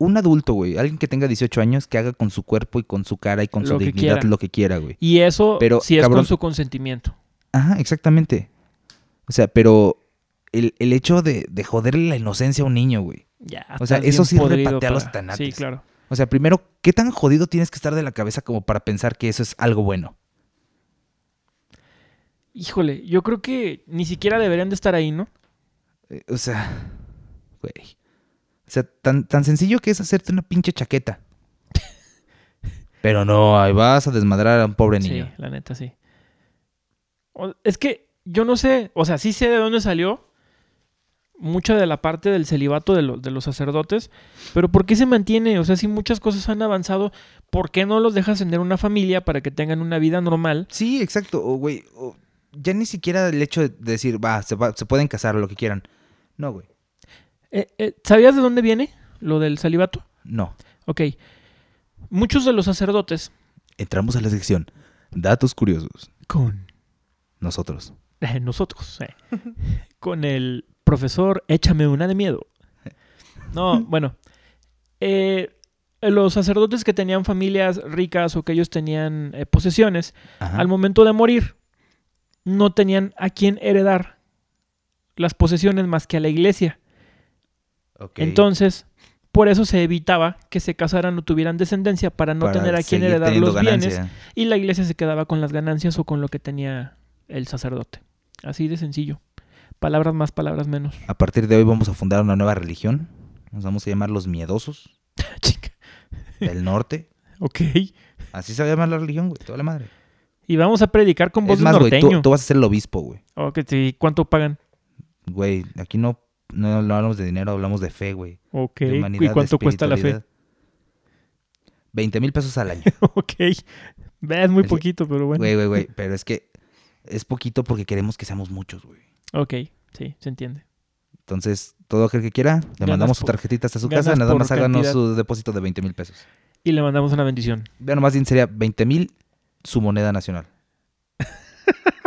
Speaker 2: un adulto, güey, alguien que tenga 18 años, que haga con su cuerpo y con su cara y con su
Speaker 1: Lo que
Speaker 2: dignidad
Speaker 1: quiera.
Speaker 2: lo que quiera, güey.
Speaker 1: Y eso
Speaker 2: Pero,
Speaker 1: si es
Speaker 2: cabrón.
Speaker 1: con su consentimiento.
Speaker 2: Ajá, exactamente. O sea, pero el, el hecho de, de joderle la inocencia a un niño, güey.
Speaker 1: Ya,
Speaker 2: O sea,
Speaker 1: estás
Speaker 2: eso
Speaker 1: bien
Speaker 2: sí
Speaker 1: podrido
Speaker 2: repatea a los
Speaker 1: para-
Speaker 2: tanates.
Speaker 1: Sí, claro.
Speaker 2: O sea, primero, ¿qué tan jodido tienes que estar de la cabeza como para pensar que eso es algo bueno?
Speaker 1: Híjole, yo creo que ni siquiera deberían de estar ahí, ¿no?
Speaker 2: Eh, O sea, güey. O sea, tan, tan sencillo que es hacerte una pinche chaqueta. Pero no, ahí vas a desmadrar a un pobre
Speaker 1: Sí,
Speaker 2: niño.
Speaker 1: la neta sí. O- Es que yo no sé, o sea, sí sé de dónde salió mucha de la parte del celibato de, lo- de los sacerdotes, pero ¿por qué se mantiene? O sea, si muchas cosas han avanzado, ¿por qué no los dejas tener una familia para que tengan una vida normal?
Speaker 2: Sí, exacto, o, güey. o ya ni siquiera el hecho de decir, va, se, va- se pueden casar, lo que quieran. No, güey.
Speaker 1: Eh, eh, ¿Sabías de dónde viene lo del celibato?
Speaker 2: No.
Speaker 1: Ok. Muchos de los sacerdotes...
Speaker 2: Entramos a la sección. Datos curiosos.
Speaker 1: Con...
Speaker 2: Nosotros.
Speaker 1: nosotros. eh, con el profesor Échame una de miedo. No, bueno. eh, eh, los sacerdotes que tenían familias ricas o que ellos tenían eh, posesiones,
Speaker 2: Ajá.
Speaker 1: al momento de morir, no tenían a quién heredar las posesiones más que a la iglesia.
Speaker 2: Ok.
Speaker 1: Entonces, por eso se evitaba que se casaran o tuvieran descendencia para no
Speaker 2: Para
Speaker 1: tener a quién
Speaker 2: seguir
Speaker 1: heredar
Speaker 2: teniendo
Speaker 1: los bienes
Speaker 2: ganancia.
Speaker 1: y la iglesia se quedaba con las ganancias o con lo que tenía el sacerdote. Así de sencillo. Palabras más, palabras menos.
Speaker 2: A partir de hoy vamos a fundar una nueva religión. Nos vamos a llamar los miedosos
Speaker 1: Chica.
Speaker 2: del norte.
Speaker 1: Ok.
Speaker 2: Así se va a llamar la religión, güey. Toda la madre.
Speaker 1: Y vamos a predicar con voz
Speaker 2: Es
Speaker 1: de
Speaker 2: más, güey,
Speaker 1: norteño.
Speaker 2: tú, tú vas a ser el obispo, güey.
Speaker 1: Ok, sí, ¿Cuánto pagan?
Speaker 2: Güey, aquí no, no hablamos de dinero, hablamos de fe, güey.
Speaker 1: Ok.
Speaker 2: De humanidad,
Speaker 1: ¿Y
Speaker 2: de
Speaker 1: cuánto cuesta la fe?
Speaker 2: espiritualidad. 20 mil pesos al año.
Speaker 1: Ok. Ve, Es muy
Speaker 2: Es-
Speaker 1: poquito, pero bueno.
Speaker 2: Güey, güey, güey. Pero es que es poquito porque queremos que seamos muchos, güey.
Speaker 1: Ok, sí, se entiende.
Speaker 2: Entonces, todo aquel que quiera, le
Speaker 1: Ganas
Speaker 2: mandamos su
Speaker 1: por-
Speaker 2: tarjetita hasta su
Speaker 1: ganas
Speaker 2: casa, nada
Speaker 1: por
Speaker 2: más háganos
Speaker 1: cantidad.
Speaker 2: su depósito de 20 mil pesos.
Speaker 1: Y le mandamos una bendición.
Speaker 2: Vean nomás bien, sería 20 mil su moneda nacional.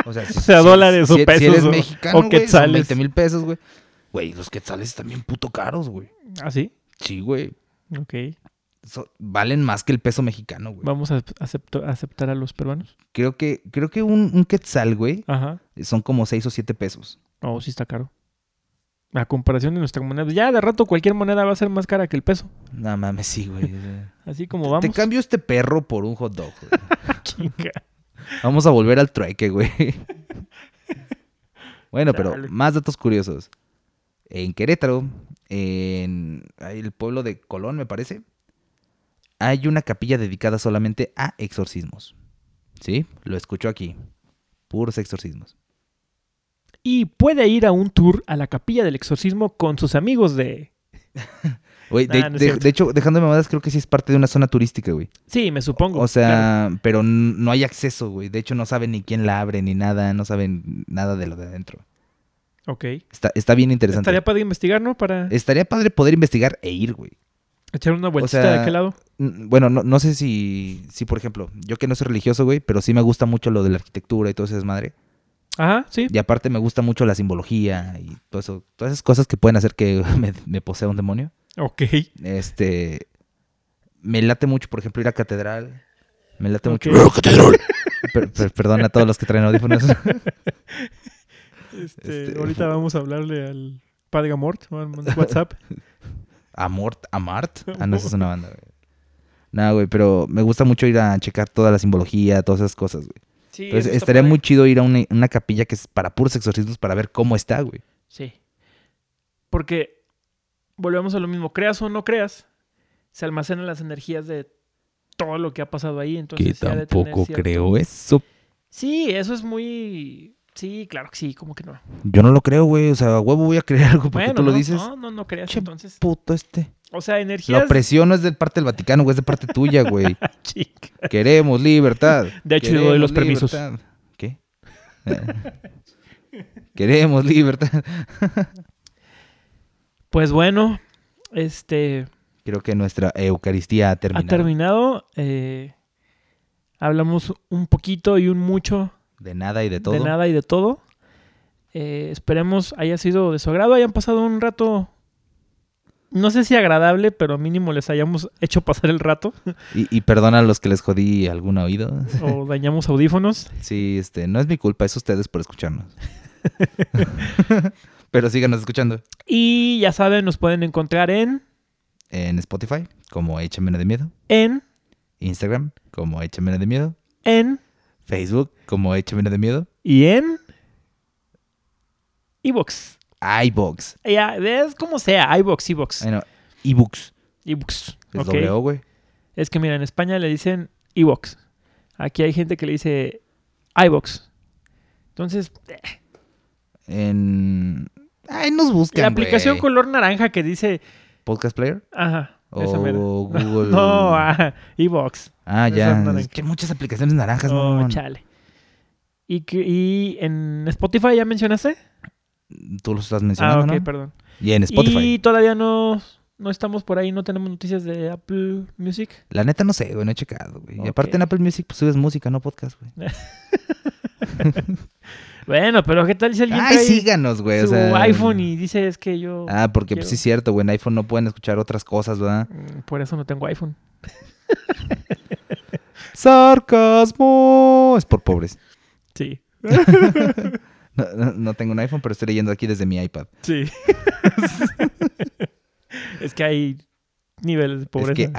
Speaker 2: O sea, si-
Speaker 1: O sea,
Speaker 2: si-
Speaker 1: dólares o
Speaker 2: si- Si
Speaker 1: pesos
Speaker 2: eres
Speaker 1: o-
Speaker 2: mexicano,
Speaker 1: o
Speaker 2: güey, son
Speaker 1: quetzales.
Speaker 2: 20 mil pesos, güey. Güey, los quetzales están bien puto caros, güey.
Speaker 1: ¿Ah, sí?
Speaker 2: Sí, güey.
Speaker 1: Ok.
Speaker 2: So- valen más que el peso mexicano, güey.
Speaker 1: Vamos a acepto- aceptar a los peruanos.
Speaker 2: Creo que, creo que un, un quetzal, güey,
Speaker 1: Ajá.
Speaker 2: son como 6 o 7 pesos.
Speaker 1: Oh, sí está caro. A comparación de nuestra moneda. pues Ya de rato cualquier moneda va a ser más cara que el peso.
Speaker 2: No mames, sí, güey.
Speaker 1: Así como vamos.
Speaker 2: Te cambio este perro por un hot dog, güey.
Speaker 1: Chinga.
Speaker 2: Vamos a volver al trueque, güey. Bueno, pero
Speaker 1: Chale.
Speaker 2: más datos curiosos. En Querétaro, en ahí el pueblo de Colón, me parece, hay una capilla dedicada solamente a exorcismos. ¿Sí? Lo escuchó aquí. Puros exorcismos.
Speaker 1: Y puede ir a un tour a la capilla del exorcismo con sus amigos de...
Speaker 2: Güey, de,
Speaker 1: Nah, no es
Speaker 2: de-
Speaker 1: cierto.
Speaker 2: de hecho, dejándome mamadas, creo que sí es parte de una zona turística, güey.
Speaker 1: Sí, me supongo.
Speaker 2: O sea,
Speaker 1: claro.
Speaker 2: pero n- no hay acceso, güey. De hecho, no saben ni quién la abre, ni nada. No saben nada de lo de adentro.
Speaker 1: Ok.
Speaker 2: Está, está bien interesante.
Speaker 1: Estaría para investigar, ¿no? Para
Speaker 2: Estaría padre poder investigar e ir, güey.
Speaker 1: echar una vueltita
Speaker 2: sea,
Speaker 1: de aquel lado.
Speaker 2: N- Bueno, no, no sé si, si, por ejemplo, yo que no soy religioso, güey, pero sí me gusta mucho lo de la arquitectura y todo ese desmadre.
Speaker 1: Ajá, sí.
Speaker 2: Y aparte me gusta mucho la simbología y todo eso, todas esas cosas que pueden hacer que me, me posea un demonio.
Speaker 1: Ok.
Speaker 2: Este, me late mucho, por ejemplo, ir a catedral. Me late
Speaker 1: Ok.
Speaker 2: mucho. ¡Catedral! Per- per- perdón a todos los que traen audífonos.
Speaker 1: Este,
Speaker 2: Este,
Speaker 1: ahorita vamos a hablarle al Padre Gamort, o al WhatsApp.
Speaker 2: Amort, Amart. Ah, no, esa es una banda, güey. No, güey, pero me gusta mucho ir a checar toda la simbología, todas esas cosas, güey.
Speaker 1: Sí, eso
Speaker 2: Entonces,
Speaker 1: está
Speaker 2: Pues, estaría
Speaker 1: padre.
Speaker 2: muy chido ir a una, una capilla que es para puros exorcismos para ver cómo está, güey.
Speaker 1: Sí. Porque volvemos a lo mismo, creas o no creas, se almacenan las energías de todo lo que ha pasado ahí. Entonces, sí ha de tener cierto-
Speaker 2: eso.
Speaker 1: Sí, eso es muy. Sí, claro que sí, como que no.
Speaker 2: Yo no lo creo, güey. O sea, a huevo voy a creer algo porque
Speaker 1: Bueno,
Speaker 2: tú lo
Speaker 1: no,
Speaker 2: dices.
Speaker 1: no, no, no creas
Speaker 2: Che,
Speaker 1: entonces.
Speaker 2: Puto este.
Speaker 1: O sea,
Speaker 2: La
Speaker 1: energías.
Speaker 2: opresión no es de parte del Vaticano, güey, es de parte tuya, güey.
Speaker 1: Chica.
Speaker 2: Queremos libertad.
Speaker 1: De hecho, le doy los
Speaker 2: Queremos
Speaker 1: permisos.
Speaker 2: libertad. ¿Qué? Eh. Queremos libertad.
Speaker 1: Pues bueno, este
Speaker 2: Creo que nuestra Eucaristía ha
Speaker 1: ha
Speaker 2: terminado.
Speaker 1: terminado. eh, hablamos un poquito y un mucho
Speaker 2: De nada y de todo.
Speaker 1: de nada y de todo. Eh, esperemos haya sido de su agrado, hayan pasado un rato, no sé si agradable, pero mínimo les hayamos hecho pasar el rato
Speaker 2: Y, y perdona a los que les jodí algún oído.
Speaker 1: o dañamos audífonos.
Speaker 2: Sí, este, no es mi culpa, es ustedes por escucharnos. Pero síganos escuchando
Speaker 1: Y ya saben, nos pueden encontrar en,
Speaker 2: en Spotify como Échamela de Miedo,
Speaker 1: en,
Speaker 2: Instagram como Échamela de Miedo,
Speaker 1: en
Speaker 2: Facebook como Échamela de Miedo,
Speaker 1: y en iBox.
Speaker 2: iBox.
Speaker 1: Ya, es como sea, iBox, iBox,
Speaker 2: Bueno, ebooks.
Speaker 1: iBox.
Speaker 2: Es
Speaker 1: ok.
Speaker 2: doble O, güey.
Speaker 1: Es que mira, en España le dicen iBox. Aquí hay gente que le dice iBox. Entonces,
Speaker 2: En. Ay, nos buscan.
Speaker 1: La aplicación
Speaker 2: güey.
Speaker 1: color naranja que dice.
Speaker 2: Podcast Player.
Speaker 1: Ajá. esa
Speaker 2: O
Speaker 1: mera.
Speaker 2: Oh, Google.
Speaker 1: No, ajá. Evox.
Speaker 2: Ah,
Speaker 1: Esas
Speaker 2: ya.
Speaker 1: naranjas.
Speaker 2: Es que hay muchas aplicaciones naranjas,
Speaker 1: Oh,
Speaker 2: no.
Speaker 1: chale. ¿Y, que- y en Spotify ya mencionaste?
Speaker 2: Tú los estás
Speaker 1: Ah,
Speaker 2: mencionando.
Speaker 1: ok,
Speaker 2: ¿no?
Speaker 1: perdón.
Speaker 2: Y en Spotify.
Speaker 1: Y todavía no, no estamos por ahí, no tenemos noticias de Apple Music.
Speaker 2: La neta no sé, güey, no he checado, güey. Y
Speaker 1: Ok.
Speaker 2: aparte en Apple Music pues, subes música, no podcast, güey.
Speaker 1: Bueno, pero ¿qué tal si alguien
Speaker 2: Ay,
Speaker 1: trae
Speaker 2: síganos, güey. o
Speaker 1: su
Speaker 2: sea,
Speaker 1: iPhone y dice es que yo
Speaker 2: Ah, porque
Speaker 1: quiero-
Speaker 2: pues, sí es cierto, güey. En iPhone no pueden escuchar otras cosas, ¿verdad?
Speaker 1: Mm, por eso no tengo iPhone?
Speaker 2: Sarcasmo. Es por pobres.
Speaker 1: Sí,
Speaker 2: No, no- no tengo un iPhone, pero estoy leyendo aquí desde mi iPad.
Speaker 1: sí. es que hay niveles de pobreza.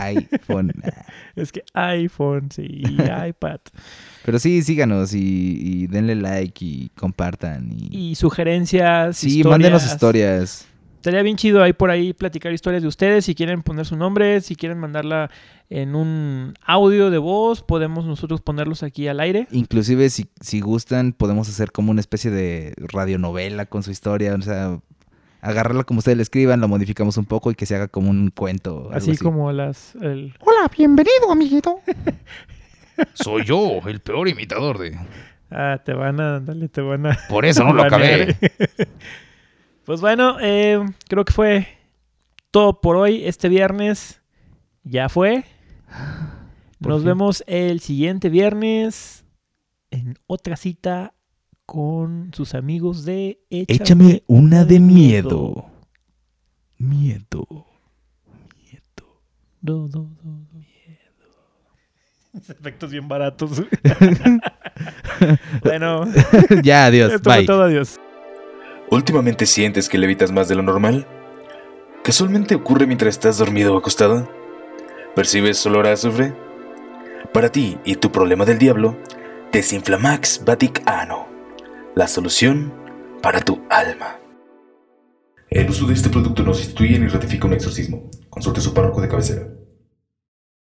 Speaker 2: Es que iPhone. ah.
Speaker 1: iPhone, sí, y iPad.
Speaker 2: pero sí, síganos y, y denle like y compartan. Y,
Speaker 1: Y sugerencias,
Speaker 2: sí, mándenos historias.
Speaker 1: Estaría bien chido ahí por ahí platicar historias de ustedes. Si quieren poner su nombre, si quieren mandarla en un audio de voz, podemos nosotros ponerlos aquí al aire.
Speaker 2: Inclusive, si, si gustan, podemos hacer como una especie de radionovela con su historia. O sea, agarrarla como ustedes le escriban, la modificamos un poco y que se haga como un cuento. algo
Speaker 1: Así,
Speaker 2: así.
Speaker 1: como las... el-
Speaker 2: Ah,
Speaker 6: Hola, bienvenido, amiguito.
Speaker 7: Soy yo, el peor imitador de.
Speaker 1: Ah, te van a... Dale, te van a...
Speaker 7: Por eso no lo acabé.
Speaker 1: pues bueno, eh, creo que fue todo por hoy. Este viernes ya fue. Nos vemos el siguiente viernes en otra cita con sus amigos de
Speaker 2: Échame una de miedo. Miedo.
Speaker 1: Do, do, do, do. Efectos bien baratos. bueno,
Speaker 2: ya, adiós.
Speaker 1: esto fue
Speaker 2: Bye.
Speaker 1: todo. Adiós.
Speaker 3: ¿Últimamente sientes que levitas más de lo normal? ¿Casualmente ocurre mientras estás dormido o acostado? ¿Percibes olor a azufre? Para ti y tu problema del diablo, Desinflamax Batic Ano, la solución para tu alma. El uso de este producto no sustituye ni ratifica un exorcismo. Consulte su párroco de cabecera.